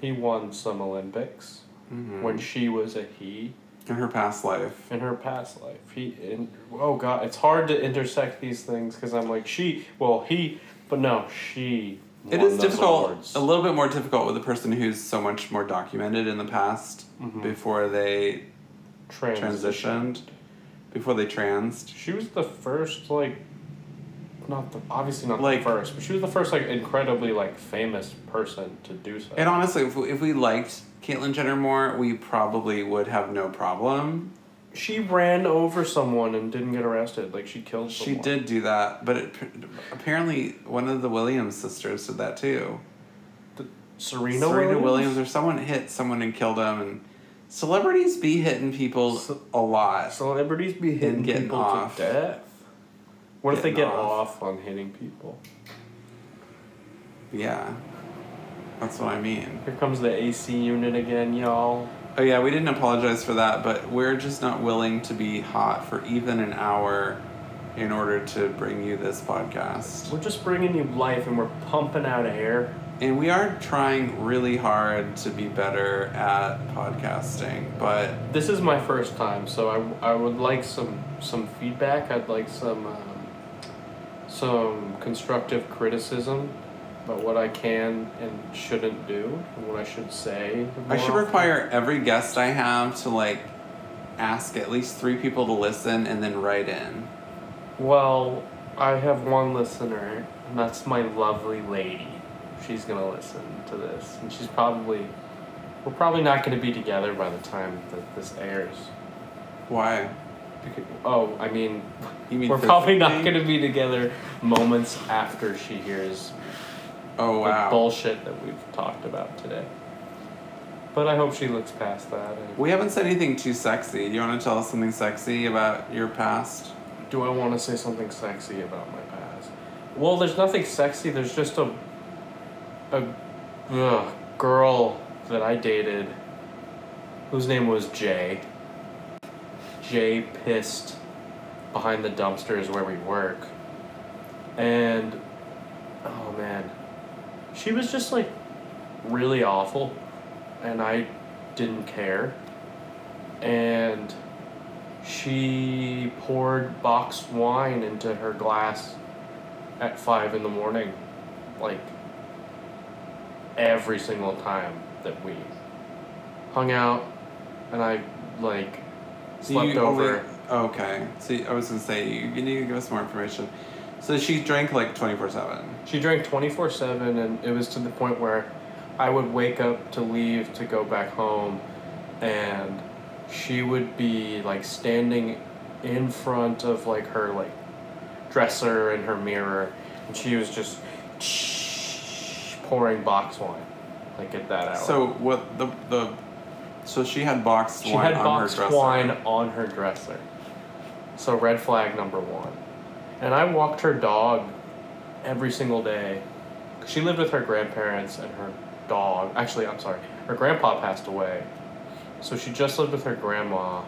S2: he won some Olympics
S1: Mhm.
S2: when she was a he
S1: in her past life.
S2: in her past life. He in, oh god, it's hard to intersect these things because I'm like she, well he, but no she.
S1: It
S2: won
S1: is
S2: those
S1: difficult
S2: awards.
S1: a little bit more difficult with a person who's so much more documented in the past
S2: Mhm.
S1: before they
S2: Trans.
S1: transitioned. Before they transed.
S2: She was the first like, not the obviously not
S1: Like-
S2: the first, but she was the first like incredibly like famous person to do so.
S1: And honestly, if we, if we liked Caitlyn Jenner more, we probably would have no problem
S2: She ran over someone and didn't get arrested. Like she killed.
S1: She
S2: someone.
S1: did do that, but it, apparently one of the Williams sisters did that too.
S2: Serena,
S1: Serena
S2: Williams?
S1: Williams or someone hit someone and killed them, and celebrities be hitting people a lot.
S2: Celebrities be hitting
S1: getting
S2: people
S1: off.
S2: to death. What if they
S1: Getting
S2: get
S1: off.
S2: off. on hitting people?
S1: yeah, that's what I mean.
S2: Here comes the AC unit again, y'all.
S1: Oh yeah, we didn't apologize for that, but we're just not willing to be hot for even an hour in order to bring you this podcast.
S2: We're just bringing you life and we're pumping out air.
S1: And we are trying really hard to be better at podcasting, but
S2: This is my first time, so I, I would like some some feedback. I'd like some um, some constructive criticism about what I can and shouldn't do, and what I should say.
S1: I
S2: more
S1: should
S2: often.
S1: require every guest I have to like ask at least three people to listen and then write in.
S2: Well, I have one listener, and that's my lovely lady. She's gonna listen to this, and she's probably. We're probably not gonna be together by the time that this airs.
S1: Why?
S2: Because, oh, I mean,
S1: You mean
S2: we're probably not
S1: physically?
S2: gonna be together moments after she hears
S1: Oh
S2: the
S1: wow.
S2: bullshit that we've talked about today. But I hope she looks past that. and-
S1: We haven't said anything too sexy. Do you want to tell us something sexy about your past?
S2: Do I want to say something sexy about my past? Well, there's nothing sexy. There's just a, a, ugh, girl that I dated, whose name was Jay. Jay pissed behind the dumpsters where we work, and oh man, she was just like really awful, and I didn't care, and. She poured boxed wine into her glass at five in the morning, like every single time that we hung out, and I like
S1: So
S2: slept
S1: you only-
S2: over.
S1: okay. So you- I was gonna say you, you need to give us more information. So she drank like twenty four seven.
S2: She drank 24 7, and it was to the point where I would wake up to leave to go back home, and she would be like standing in front of like her like dresser and her mirror, and she was just pouring box wine Like get that out.
S1: So what the the so she had boxed
S2: she
S1: wine
S2: had
S1: on
S2: boxed
S1: her dresser.
S2: wine on her dresser. So red flag number one. And I walked her dog every single day. 'Cause She lived with her grandparents and her dog. Actually, I'm sorry, her grandpa passed away, so she just lived with her grandma.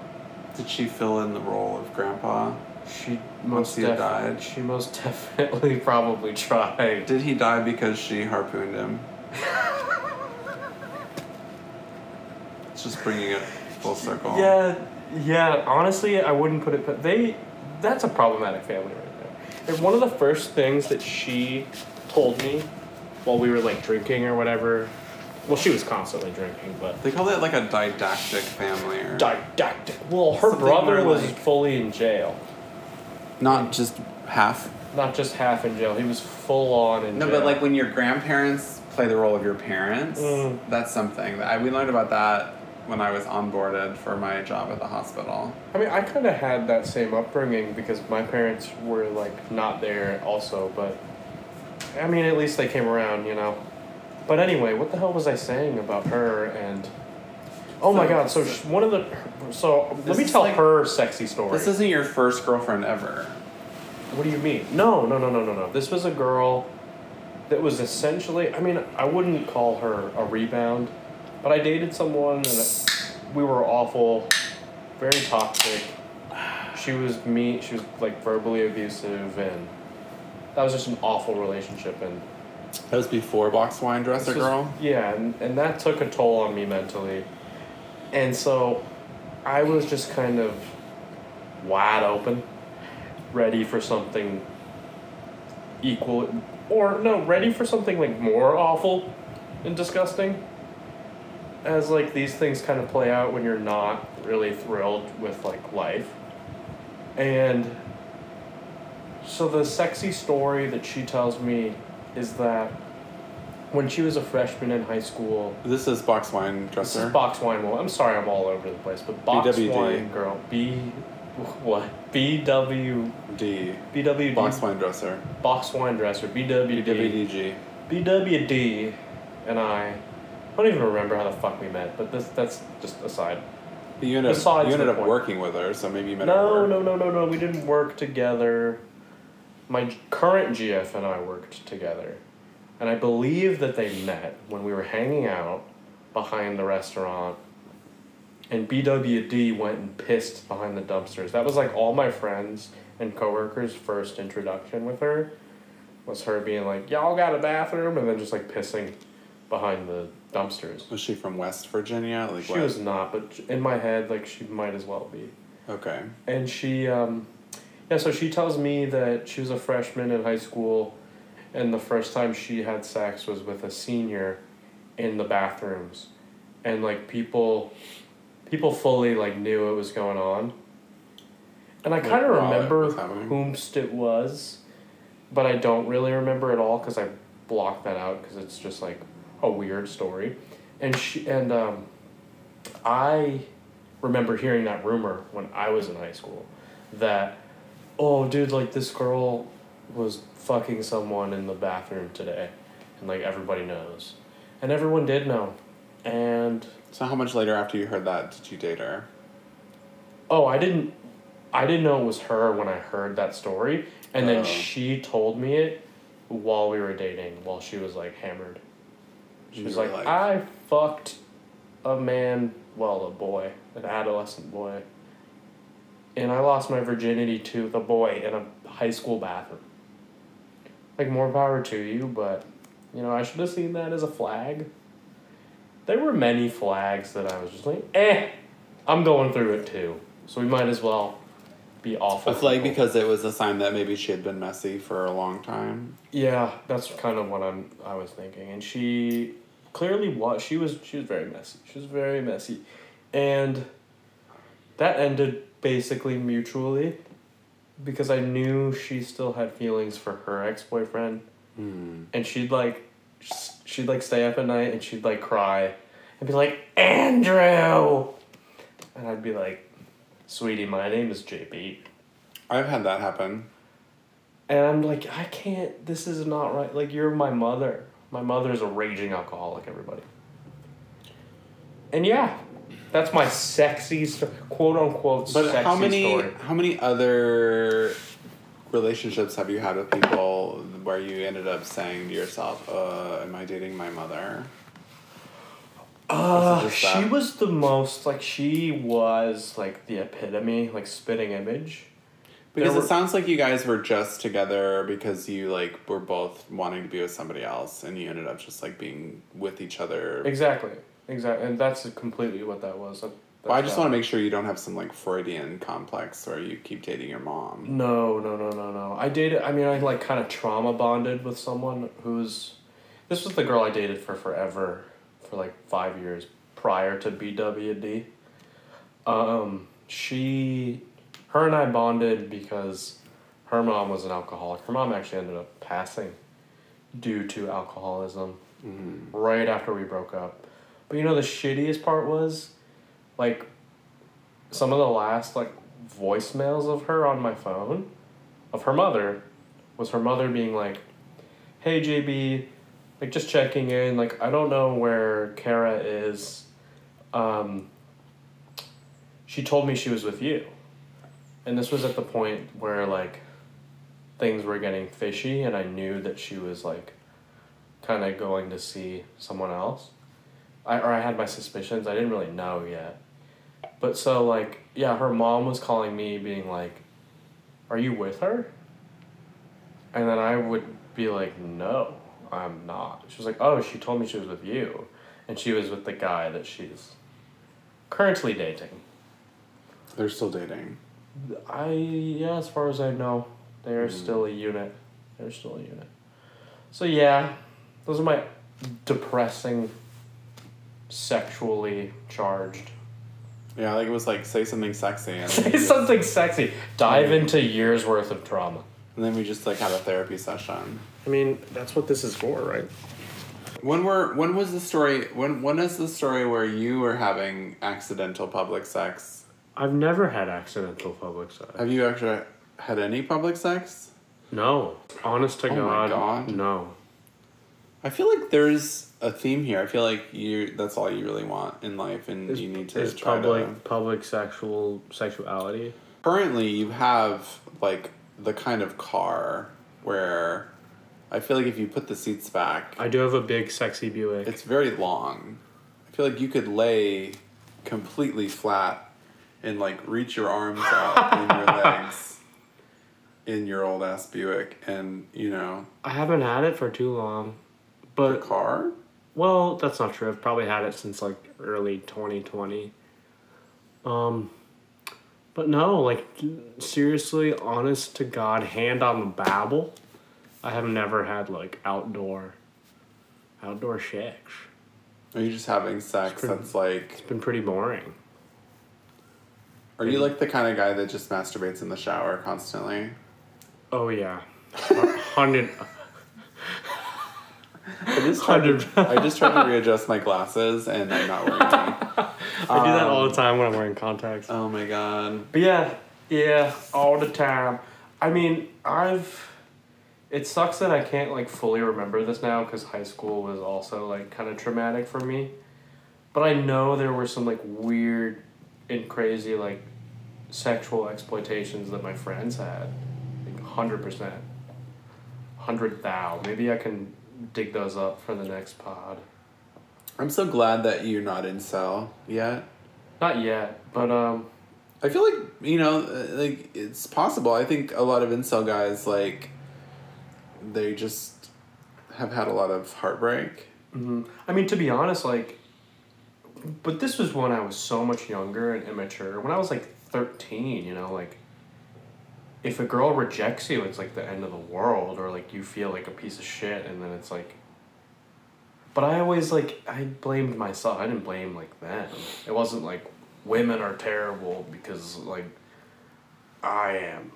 S1: Did she fill in the role of grandpa?
S2: She
S1: Once
S2: most
S1: he had
S2: defi-
S1: died.
S2: She most (laughs) definitely probably tried.
S1: Did he die because she harpooned him? it's just bringing it full circle.
S2: Yeah, yeah. Honestly, I wouldn't put it. But they, that's a problematic family right there. And one of the first things that she told me while we were like drinking or whatever, well, she was constantly drinking, but
S1: They call that like a didactic family. Or
S2: didactic. Well, her
S1: Something
S2: brother
S1: more
S2: was
S1: like-
S2: fully in jail,
S1: not just half.
S2: not just half in jail. He was full on in
S1: No,
S2: jail.
S1: but like when your grandparents play the role of your parents,
S2: Mm.
S1: that's something. I, we learned about that when I was onboarded for my job at the hospital.
S2: I mean, I kind of had that same upbringing because my parents were like not there also, but I mean, at least they came around, you know. But anyway, what the hell was I saying about her and? Oh my
S1: So-
S2: God! So sh one of the, so
S1: This
S2: let me
S1: is
S2: tell
S1: like-
S2: her sexy story.
S1: This isn't your first girlfriend ever.
S2: What do you mean? No, no, no, no, no, no. This was a girl that was essentially, I mean, I wouldn't call her a rebound, but I dated someone and we were awful, very toxic. She was mean, she was like verbally abusive, and that was just an awful relationship. And
S1: That was before box wine dresser
S2: this was-
S1: girl.
S2: Yeah, and, and that took a toll on me mentally. And so I was just kind of wide open, ready for something equal, or no, ready for something like more awful and disgusting. As like these things kind of play out when you're not really thrilled with like life. And so the sexy story that she tells me is that when she was a freshman in high school,
S1: This is box wine
S2: this
S1: dresser.
S2: is Box Wine Woman. I'm sorry, I'm all over the place, but Box
S1: BWD.
S2: Wine Girl, B, what? BW,
S1: D.
S2: BWD,
S1: Box wine dresser.
S2: Box Wine Dresser, BWD,
S1: BWDG.
S2: BWD, and I. I don't even remember how the fuck we met, but this that's just aside.
S1: But You ended up,
S2: Besides
S1: you ended
S2: the
S1: up
S2: point.
S1: working with her, so maybe you met her. at
S2: No,
S1: work.
S2: no, no, no, no. We didn't work together. My g- current GF and I worked together. And I believe that they met when we were hanging out behind the restaurant. And BWD went and pissed behind the dumpsters. That was like all my friends and coworkers' first introduction with her was her being like, Y'all got a bathroom? And then just like pissing behind the dumpsters.
S1: Was she from West Virginia? Like
S2: She
S1: what?
S2: was not, but in my head, like, she might as well be
S1: Okay.
S2: and she um, yeah so she tells me that she was a freshman in high school and the first time she had sex was with a senior in the bathrooms and like people people fully like knew it was going on and i
S1: Like,
S2: kind of
S1: while it
S2: remember
S1: was happening?
S2: whomst it was but i don't really remember at all because i blocked that out because it's just like a weird story and she and um, i remember hearing that rumor when I was in high school that, oh, dude, like this girl was fucking someone in the bathroom today. And like everybody knows. And everyone did know. And
S1: So how much later after you heard that did you date her?
S2: oh, I didn't. I didn't know it was her when I heard that story, and
S1: Oh.
S2: then she told me it while we were dating, while she was like hammered. She
S1: You
S2: was
S1: were
S2: like, I fucked a man, well, a boy, an adolescent boy. And I lost my virginity to the boy in a high school bathroom. Like, more power to you, but, you know, I should have seen that as a flag. There were many flags that I was just like, eh, I'm going through it too. So we might as well be awful.
S1: a flag
S2: people.
S1: because it was a sign that maybe she had been messy for a long time.
S2: Yeah, that's kind of what I'm I was thinking. And she clearly was she was she was very messy. She was very messy. And that ended basically mutually because I knew she still had feelings for her ex-boyfriend
S1: Hmm.
S2: and she'd like s- she'd like stay up at night and she'd like cry and be like, "Andrew." And I'd be like, "Sweetie, my name is JB."
S1: I've had that happen.
S2: And I'm like, I can't, this is not right. Like, you're my mother. My mother's a raging alcoholic, everybody. And yeah, that's my sexy, sto- quote unquote,
S1: But
S2: sexy
S1: how many
S2: story.
S1: how many other relationships have you had with people where you ended up saying to yourself, uh, "Am I dating my mother?"
S2: Uh,
S1: just
S2: she
S1: that?
S2: was the most, like, she was, like, the epitome, like, spitting image.
S1: Because
S2: There
S1: it
S2: were-
S1: sounds like you guys were just together because you like were both wanting to be with somebody else, and you ended up just like being with each other.
S2: Exactly. Exactly. And that's completely what that was. That,
S1: Well, I just want to make sure you don't have some like Freudian complex where you keep dating your mom.
S2: No, no, no, no, no. I dated. I mean, I like kind of trauma bonded with someone who's. This was the girl I dated for forever, for like five years prior to BWD. Um, she, her and I bonded because her mom was an alcoholic. Her mom actually ended up passing due to alcoholism right after we broke up. But you know the shittiest part was, like, some of the last like voicemails of her on my phone of her mother was her mother being like hey jb like just checking in like i don't know where kara is um she told me she was with you and this was at the point where like things were getting fishy and i knew that she was like kind of going to see someone else I, or i had my suspicions i didn't really know yet but so like yeah, her mom was calling me being like, "Are you with her?" And then I would be like, "No, I'm not." She was like, "Oh, she told me she was with you." And she was with the guy that she's currently dating.
S1: They're still dating.
S2: I yeah, as far as I know, they are still a unit. They're still a unit. So yeah, those are my depressing sexually charged
S1: Yeah, like it was like say something sexy,
S2: (laughs)
S1: and then,
S2: Say
S1: we just, and
S2: something sexy. Dive into years worth of trauma.
S1: then we just like had a therapy session.
S2: I mean, that's what this is for, right?
S1: When were when was the story? When when is the story where you were having accidental public sex?
S2: I've never had accidental public sex.
S1: Have you actually had any public sex?
S2: No. Honest to
S1: Oh my
S2: God,
S1: God.
S2: No.
S1: I feel like there's a theme here. I feel like you that's all you really want in life, and you need to
S2: Is
S1: try
S2: public
S1: to.
S2: public sexual sexuality?
S1: Currently, you have like the kind of car where I feel like if you put the seats back,
S2: I do have a big sexy Buick.
S1: it's very long. I feel like you could lay completely flat and like reach your
S2: (laughs)
S1: arms out and your legs in your old ass Buick, and you know
S2: I haven't had it for too long,
S1: the
S2: but
S1: car.
S2: well, that's not true. I've probably had it since like early twenty twenty. Um, but no, like seriously, honest to God, hand on the Bible, I have never had like outdoor, outdoor sex.
S1: Are you just having sex
S2: pretty-
S1: that's like
S2: It's been pretty boring.
S1: Are you like the kind of guy that just masturbates in the shower constantly?
S2: Oh yeah, A hundred.
S1: I just tried
S2: hundred.
S1: to, I just tried to readjust my glasses and I'm not wearing (laughs) them.
S2: I do that all the time when I'm wearing contacts.
S1: Oh my god.
S2: But yeah, yeah, all the time. I mean, I've. It sucks that I can't like fully remember this now because high school was also like kind of traumatic for me. But I know there were some like weird and crazy like sexual exploitations that my friends had. Like 100%. 100 thou. Maybe I can dig those up for the next pod.
S1: I'm so glad that you're not in cell yet.
S2: Not yet, but um,
S1: I feel like you know, uh, like it's possible. I think a lot of incel guys like they just have had a lot of heartbreak.
S2: I mean, to be honest, like, but this was when I was so much younger and immature. When I was like 13, you know, like, if a girl rejects you, it's like the end of the world, or like you feel like a piece of shit, and then it's like. But I always like, I blamed myself. I didn't blame like them. It wasn't like women are terrible because like I am.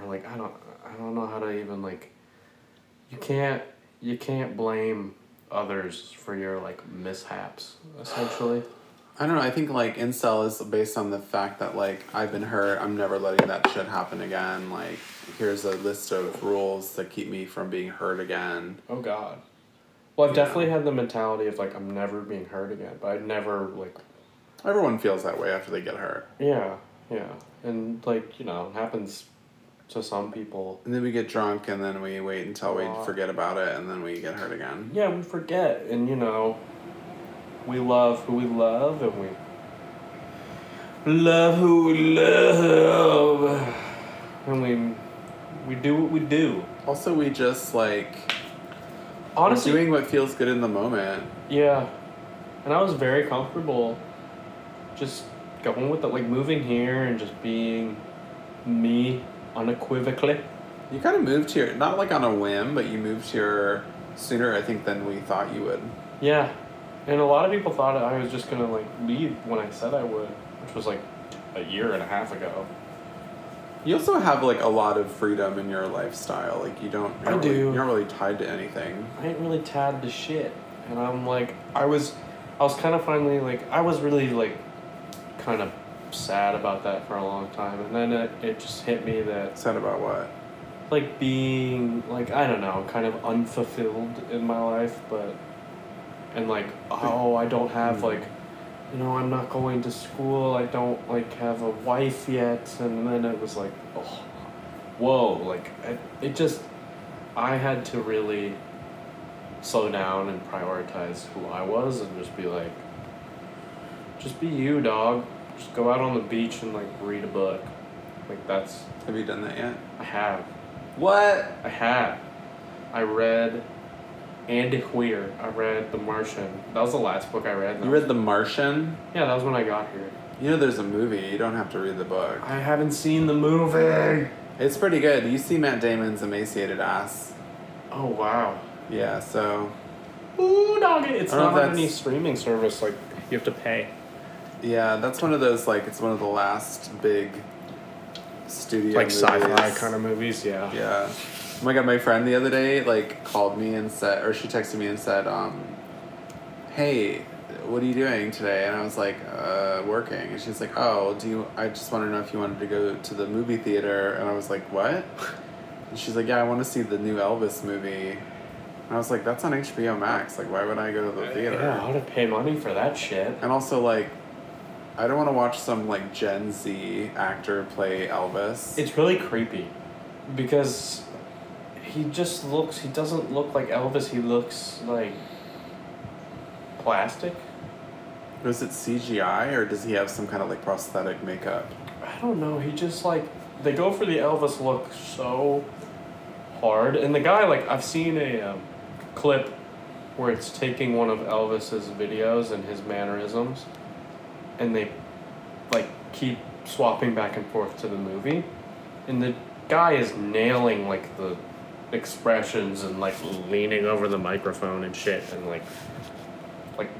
S2: Or like, I don't, I don't know how to even like, you can't, you can't blame others for your like mishaps essentially
S1: I don't know. I think like incel is based on the fact that like I've been hurt. I'm never letting that shit happen again. Like here's a list of rules that keep me from being hurt again.
S2: oh god Well, I've definitely had the mentality of like I'm never being hurt again, but I never like
S1: Everyone feels that way after they get hurt.
S2: yeah yeah, and like you know it happens to some people.
S1: And then we get drunk, and then we wait until we
S2: Aw.
S1: forget about it, and then we get hurt again.
S2: Yeah, we forget, and you know, we love who we love, and we love who we love, and we we do what we do.
S1: Also, we just like
S2: Honestly,
S1: we're doing what feels good in the moment.
S2: Yeah. And I was very comfortable just going with it, like moving here and just being me unequivocally.
S1: You kind of moved here, not like on a whim, but you moved here sooner, I think, than we thought you would.
S2: Yeah. And a lot of people thought I was just gonna like leave when I said I would, which was like a year and a half ago.
S1: You also have like a lot of freedom in your lifestyle. Like you don't. You're
S2: I
S1: not really-
S2: do.
S1: You're not really tied to anything.
S2: I ain't really tabbed to shit. And I'm like, I was, I was kind of finally like, I was really like, kind of sad about that for a long time. And then it, it just hit me that
S1: Said about what?
S2: like being like I don't know, kind of unfulfilled in my life, but and like oh, I don't have like you know, I'm not going to school. I don't like have a wife yet, and then it was like oh, whoa, like it, it just I had to really slow down and prioritize who I was and just be like just be you, dog. Just go out on the beach and like read a book. Like that's
S1: Have you done that yet?
S2: I have.
S1: What?
S2: I have. I read Andy Weir. I read The Martian. That was the last book I read.
S1: You read The Martian?
S2: Yeah, that was when I got here.
S1: You know, there's a movie. You don't have to read the book.
S2: I haven't seen the movie.
S1: It's pretty good. You see Matt Damon's emaciated ass.
S2: Oh wow.
S1: Yeah. So
S2: Ooh, dog! It's
S1: I don't know
S2: not
S1: if
S2: on any
S1: that's-
S2: streaming service. Like you have to pay.
S1: yeah, that's one of those like it's one of the last big studio
S2: like
S1: movies.
S2: sci-fi kind of movies. Yeah.
S1: Yeah. Oh my god, my friend the other day like called me and said, or she texted me and said, um, "Hey, what are you doing today?" And I was like, "Uh, working." And she's like, "Oh, do you? I just want to know if you wanted to go to the movie theater." And I was like, "What?" And she's like, "Yeah, I want to see the new Elvis movie." And I was like, "That's on HBO Max. Like, why would I go to the theater?"
S2: Uh, Yeah, I would pay money for that shit.
S1: And also like. I don't want to watch some like Gen Z actor play Elvis.
S2: It's really creepy, because he just looks. He doesn't look like Elvis. He looks like plastic.
S1: Was it CGI or does he have some kind of like prosthetic makeup?
S2: I don't know. He just like they go for the Elvis look so hard, and the guy like I've seen a um, clip where it's taking one of Elvis's videos and his mannerisms, and they like keep swapping back and forth to the movie, and the guy is nailing like the expressions and like leaning over the microphone and shit and like like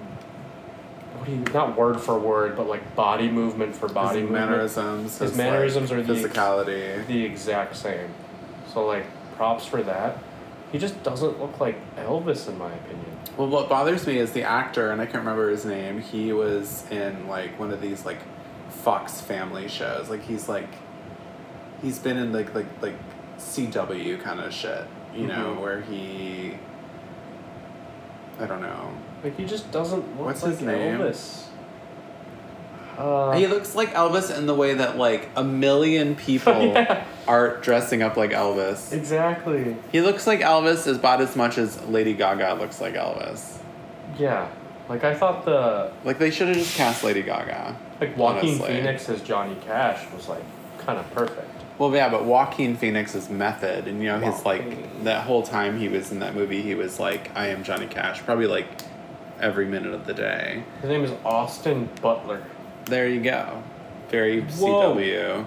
S2: what do you not word for word but like body movement for body
S1: his
S2: movement
S1: mannerisms.
S2: His mannerisms
S1: like,
S2: are the ex-
S1: physicality.
S2: the exact same. So like props for that. He just doesn't look like Elvis in my opinion.
S1: Well, what bothers me is the actor, and I can't remember his name. He was in like one of these like Fox Family shows. Like he's like he's been in like like like CW kind of shit. You know
S2: Mhm.
S1: where he. I don't know.
S2: Like he just doesn't look
S1: What's
S2: like
S1: his name?
S2: Elvis. Uh,
S1: He looks like Elvis in the way that like a
S2: (laughs)
S1: million people
S2: Yeah.
S1: are dressing up like Elvis.
S2: exactly.
S1: He looks like Elvis as about as much as Lady Gaga looks like Elvis.
S2: Yeah. Like I thought the
S1: Like they should have just cast Lady Gaga.
S2: like Joaquin
S1: Honestly.
S2: Phoenix as Johnny Cash was like kind of perfect.
S1: Well, yeah, but Joaquin Phoenix's method, and you know his like
S2: Joaquin.
S1: that whole time he was in that movie, he was like, "I am Johnny Cash," probably like every minute of the day.
S2: His name is Austin Butler.
S1: There you go. Very
S2: Whoa.
S1: CW.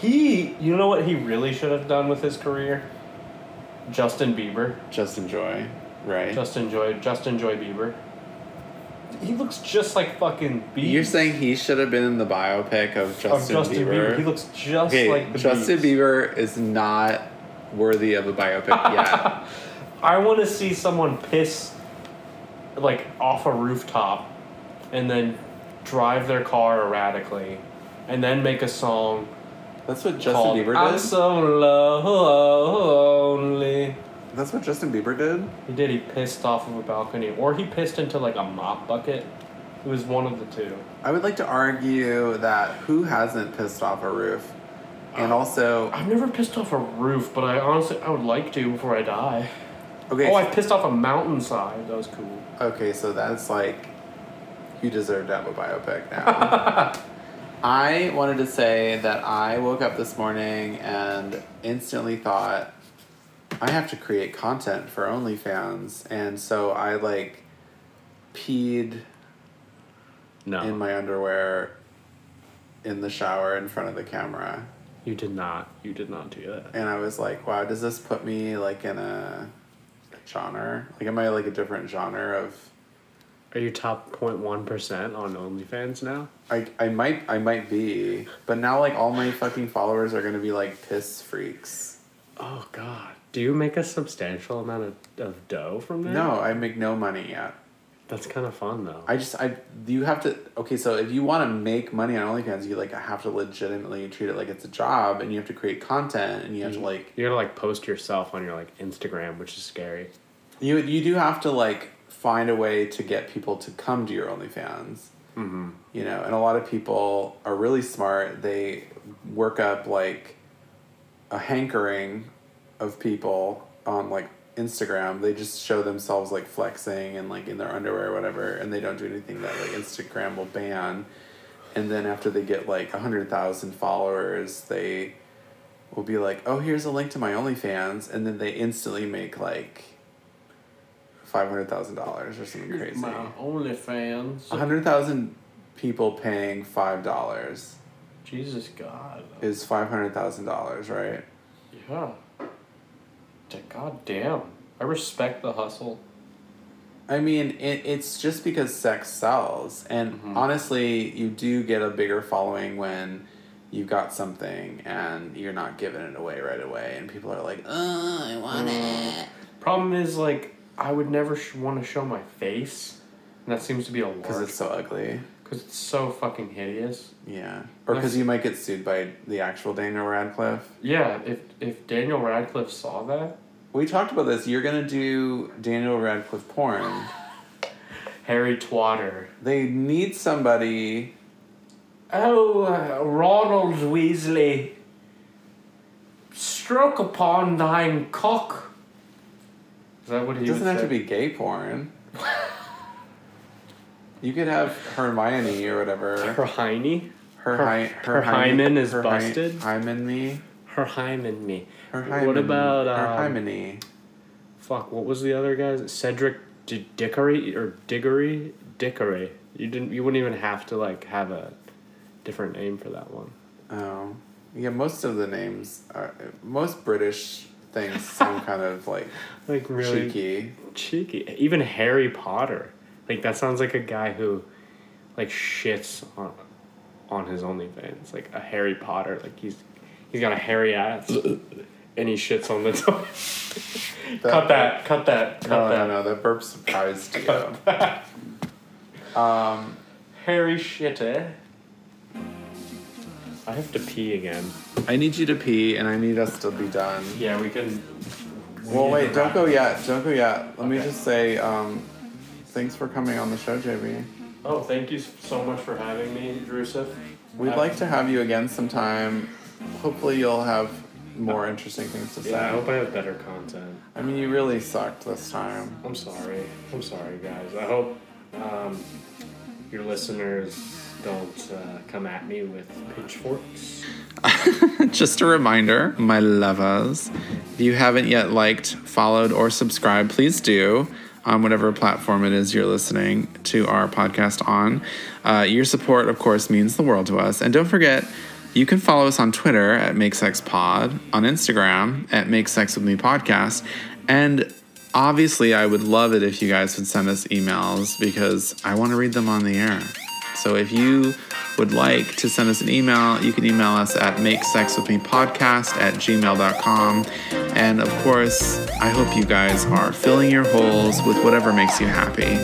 S2: He, you know what he really should have done with his career? Justin Bieber.
S1: Just enjoy, right?
S2: Justin Joy, Justin Joy Bieber. He looks just like fucking Bieber.
S1: You're saying he should have been in the biopic of Justin,
S2: of Justin Bieber. He looks just
S1: okay,
S2: like the
S1: Justin
S2: Biebs.
S1: Bieber is not worthy of a biopic
S2: (laughs)
S1: yet.
S2: I want to see someone piss like off a rooftop and then drive their car erratically and then make a song
S1: That's what Justin
S2: called
S1: Bieber
S2: I'm
S1: does.
S2: so lonely.
S1: That's what Justin Bieber did.
S2: He did. He pissed off of a balcony, or he pissed into like a mop bucket. It was one of the two.
S1: I would like to argue that who hasn't pissed off a roof, and also
S2: I've never pissed off a roof, but I honestly I would like to before I die.
S1: okay,
S2: Oh, I pissed off a mountainside. That was cool.
S1: okay. So that's like you deserve to have a biopic now. (laughs) I wanted to say that I woke up this morning and instantly thought I have to create content for OnlyFans, and so I like peed
S2: (laughs) No,
S1: in my underwear in the shower in front of the camera.
S2: you did not. You did not do that.
S1: and I was like, wow, does this put me like in a genre? Like, am I like a different genre of?
S2: Are you top 0.1 percent on OnlyFans now?
S1: I, I might I might be, but now like all my fucking followers are gonna be like piss freaks.
S2: Oh God. Do you make a substantial amount of, of dough from there?
S1: No, I make no money yet.
S2: That's kind of fun though.
S1: I just I you have to okay. So if you want to make money on OnlyFans, you like have to legitimately treat it like it's a job, and you have to create content, and you have to like
S2: You're gonna like post yourself on your like Instagram, which is scary.
S1: You you do have to like find a way to get people to come to your OnlyFans. Mm-hmm. You know, and a lot of people are really smart. They work up like a hankering of people on like Instagram. They just show themselves like flexing and like in their underwear or whatever, and they don't do anything that like Instagram will ban. And then after they get like a hundred thousand followers, they will be like, "Oh, here's a link to my OnlyFans," and then they instantly make like five hundred thousand dollars or something crazy. A
S2: OnlyFans.
S1: hundred thousand people paying five dollars
S2: Jesus God.
S1: is five hundred thousand dollars, right?
S2: Yeah. God damn. I respect the hustle.
S1: I mean, it, it's just because sex sells, and honestly, you do get a bigger following when you've got something and you're not giving it away right away, and people are like, "Oh, I want it,"
S2: Problem is, like, I would never sh- want to show my face, and that seems to be a large
S1: because it's so ugly.
S2: because it's so fucking hideous.
S1: Yeah, or because you might get sued by the actual Daniel Radcliffe.
S2: Yeah, if if Daniel Radcliffe saw that,
S1: We talked about this. You're gonna do Daniel Radcliffe porn.
S2: Harry Twatter.
S1: They need somebody.
S2: Oh, uh, Ronald Weasley. Stroke upon thine cock. Is that what he
S1: It doesn't
S2: would
S1: have to
S2: say?
S1: be gay porn. you could have Hermione or whatever.
S2: Her hiney.
S1: Her,
S2: Her-
S1: hy-
S2: her hymen is
S1: her hy-
S2: busted?
S1: hymen me.
S2: Her hymen me.
S1: Her
S2: What
S1: hymen.
S2: about,
S1: her
S2: um,
S1: hymeny?
S2: Fuck, what was the other guy's? Cedric D- Dickory or Diggory? Dickory. You didn't you wouldn't even have to like have a different name for that one.
S1: Oh, yeah. Most of the names are most British things
S2: (laughs)
S1: sound kind of like
S2: Like really
S1: cheeky.
S2: cheeky. Even Harry Potter. Like that sounds like a guy who like shits on on his OnlyFans. Like a Harry Potter. Like he's he's got a hairy
S1: (coughs)
S2: ass and he shits on the (laughs) toilet. cut that, cut that, cut
S1: No,
S2: that.
S1: no, no. That burp surprised you.
S2: (laughs) Harry Um, shitter. I have to pee again.
S1: I need you to pee, and I need us to be done.
S2: Yeah, we can
S1: Well, wait, don't go yet. Don't go yet. Let me
S2: Okay.
S1: just say, um, thanks for coming on the show, JB.
S2: Oh, thank you so much for having me, Drusif.
S1: We'd like to have you again sometime. Hopefully, you'll have more interesting things to say.
S2: Yeah, I hope I have better content.
S1: I mean, you really sucked this time.
S2: I'm sorry. I'm sorry, guys. I hope um, your listeners don't uh, come at me with pitchforks.
S1: (laughs) Just a reminder, my lovers, if you haven't yet liked, followed, or subscribed, please do on whatever platform it is you're listening to our podcast on. Uh, your support, of course, means the world to us. And don't forget, you can follow us on Twitter at MakeSexPod, on Instagram at MakeSexWithMePodcast, and obviously, I would love it if you guys would send us emails because I want to read them on the air. So if you would like to send us an email, you can email us at makesexwithmepodcast at gmail.com. And of course, I hope you guys are filling your holes with whatever makes you happy.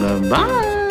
S1: Bye bye.